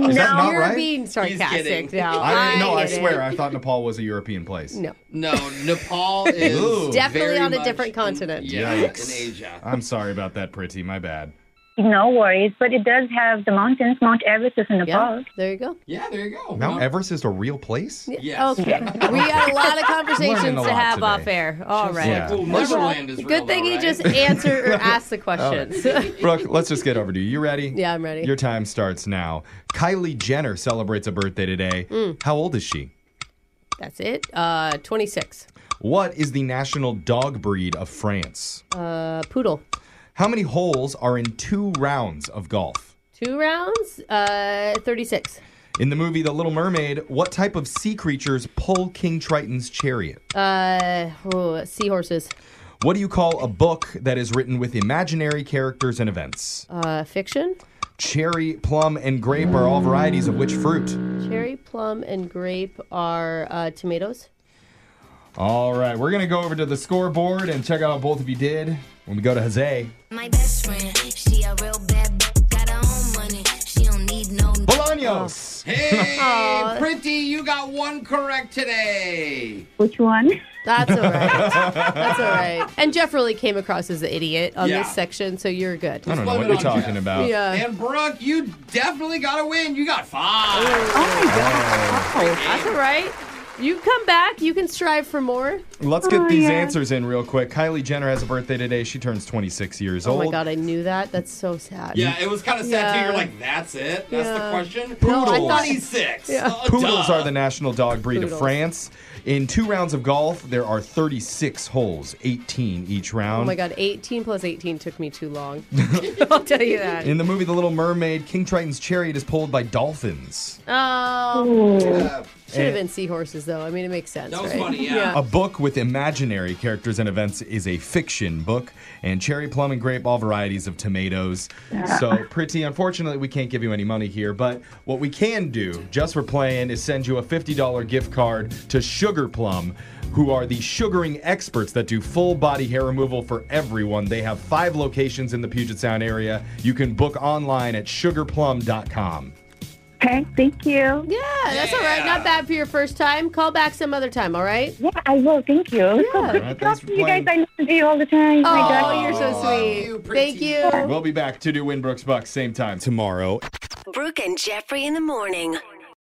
Is that not
you're
right?
being sarcastic
<laughs> kidding.
now.
I, no, I
get it.
swear, I thought Nepal was a European place.
No.
No, <laughs>
<laughs>
Nepal is
Ooh.
Definitely
very
on a
much
different
in-
continent.
yeah,
Yikes.
in Asia.
I'm sorry about that, Pretty. My bad.
No worries, but it does have the mountains. Mount Everest is in Nepal.
There you go.
Yeah, there you go.
Mount Everest is a real place?
<laughs> Oh, Yes. <laughs>
Okay. we had a lot of
Learning
conversations
a
to
lot
have
today.
off air. All right.
like, "Well,
Neverland is real,
Good thing
though,
he
right?"
just answered
<laughs>
or asked the questions. <laughs>
Brooke, let's just get over to you. You ready?
yeah, I'm ready.
Your time starts now. Kylie Jenner celebrates a birthday today.
Mm.
How old is she?
That's it. Uh, 26.
What is the national dog breed of France?
Uh, poodle.
How many holes are in two rounds of golf?
Two rounds. Uh, 36.
In the movie The Little Mermaid, what type of sea creatures pull King Triton's chariot?
Uh, oh, seahorses.
What do you call a book that is written with imaginary characters and events?
Uh, fiction.
Cherry, plum, and grape are all varieties of which fruit?
Cherry, plum, and grape are uh, tomatoes.
All right, we're going to go over to the scoreboard and check out how both of you did when we go to Jose.
My best friend, she a real bad b- got her own money. She don't need no
Bolaños!
<laughs> Hey, Pretty, you got one correct today.
Which one?
That's
<laughs>
all right. That's all right. And Jeff really came across as the idiot on
Yeah.
this section, so you're good.
I don't know what you're talking about.
Yeah.
And Brooke, you definitely got to win. You got five.
Oh That's all right. You come back. You can strive for more.
Let's get these answers in real quick. Kylie Jenner has a birthday today. She turns 26 years
Oh
old.
my god, I knew that. That's so sad.
Yeah, it was kind of sad too. You're
Yeah.
like, that's it. That's
Yeah.
the question.
No, I thought-
26.
Yeah.
Uh,
Poodles
<laughs> duh.
are the national dog breed
Poodles.
of France. In two rounds of golf, there are 36 holes, 18 each round.
Oh my god, 18 plus 18 took me too
<laughs>
long. <laughs> I'll tell you that.
In the movie The Little Mermaid, King Triton's chariot is pulled by dolphins.
Oh.
Yeah.
Should have been seahorses, though. I mean, it makes sense. That was right? funny,
A book with imaginary characters and events is a fiction book, and cherry, plum, and grape, all varieties of tomatoes. So, pretty unfortunately, we can't give you any money here, but what we can do, just for playing, is send you a $50 gift card to Sugar Plum, who are the sugaring experts that do full body hair removal for everyone. They have five locations in the Puget Sound area. You can book online at sugarplum.com.
Okay, thank you.
Yeah, that's all right. Not bad for your first time. Call back some other time, all right?
Yeah, I will. Thank you. It's so good
All right,
to talk
thanks for
to you guys.
playing.
I listen to you all the time.
Oh,
My God.
you're so sweet. Thank you.
We'll be back to do Winbrooks Bucks same time tomorrow.
Brooke and Jeffrey in the morning.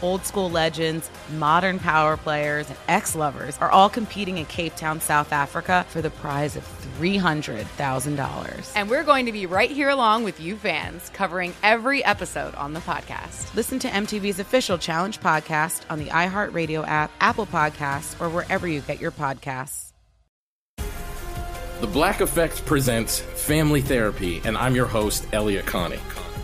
Old school legends, modern power players, and ex lovers are all competing in Cape Town, South Africa for the prize of $300,000.
And we're going to be right here along with you fans, covering every episode on the podcast.
Listen to MTV's official Challenge podcast on the iHeartRadio app, Apple Podcasts, or wherever you get your podcasts.
The Black Effect presents Family Therapy, and I'm your host, Elia Connie.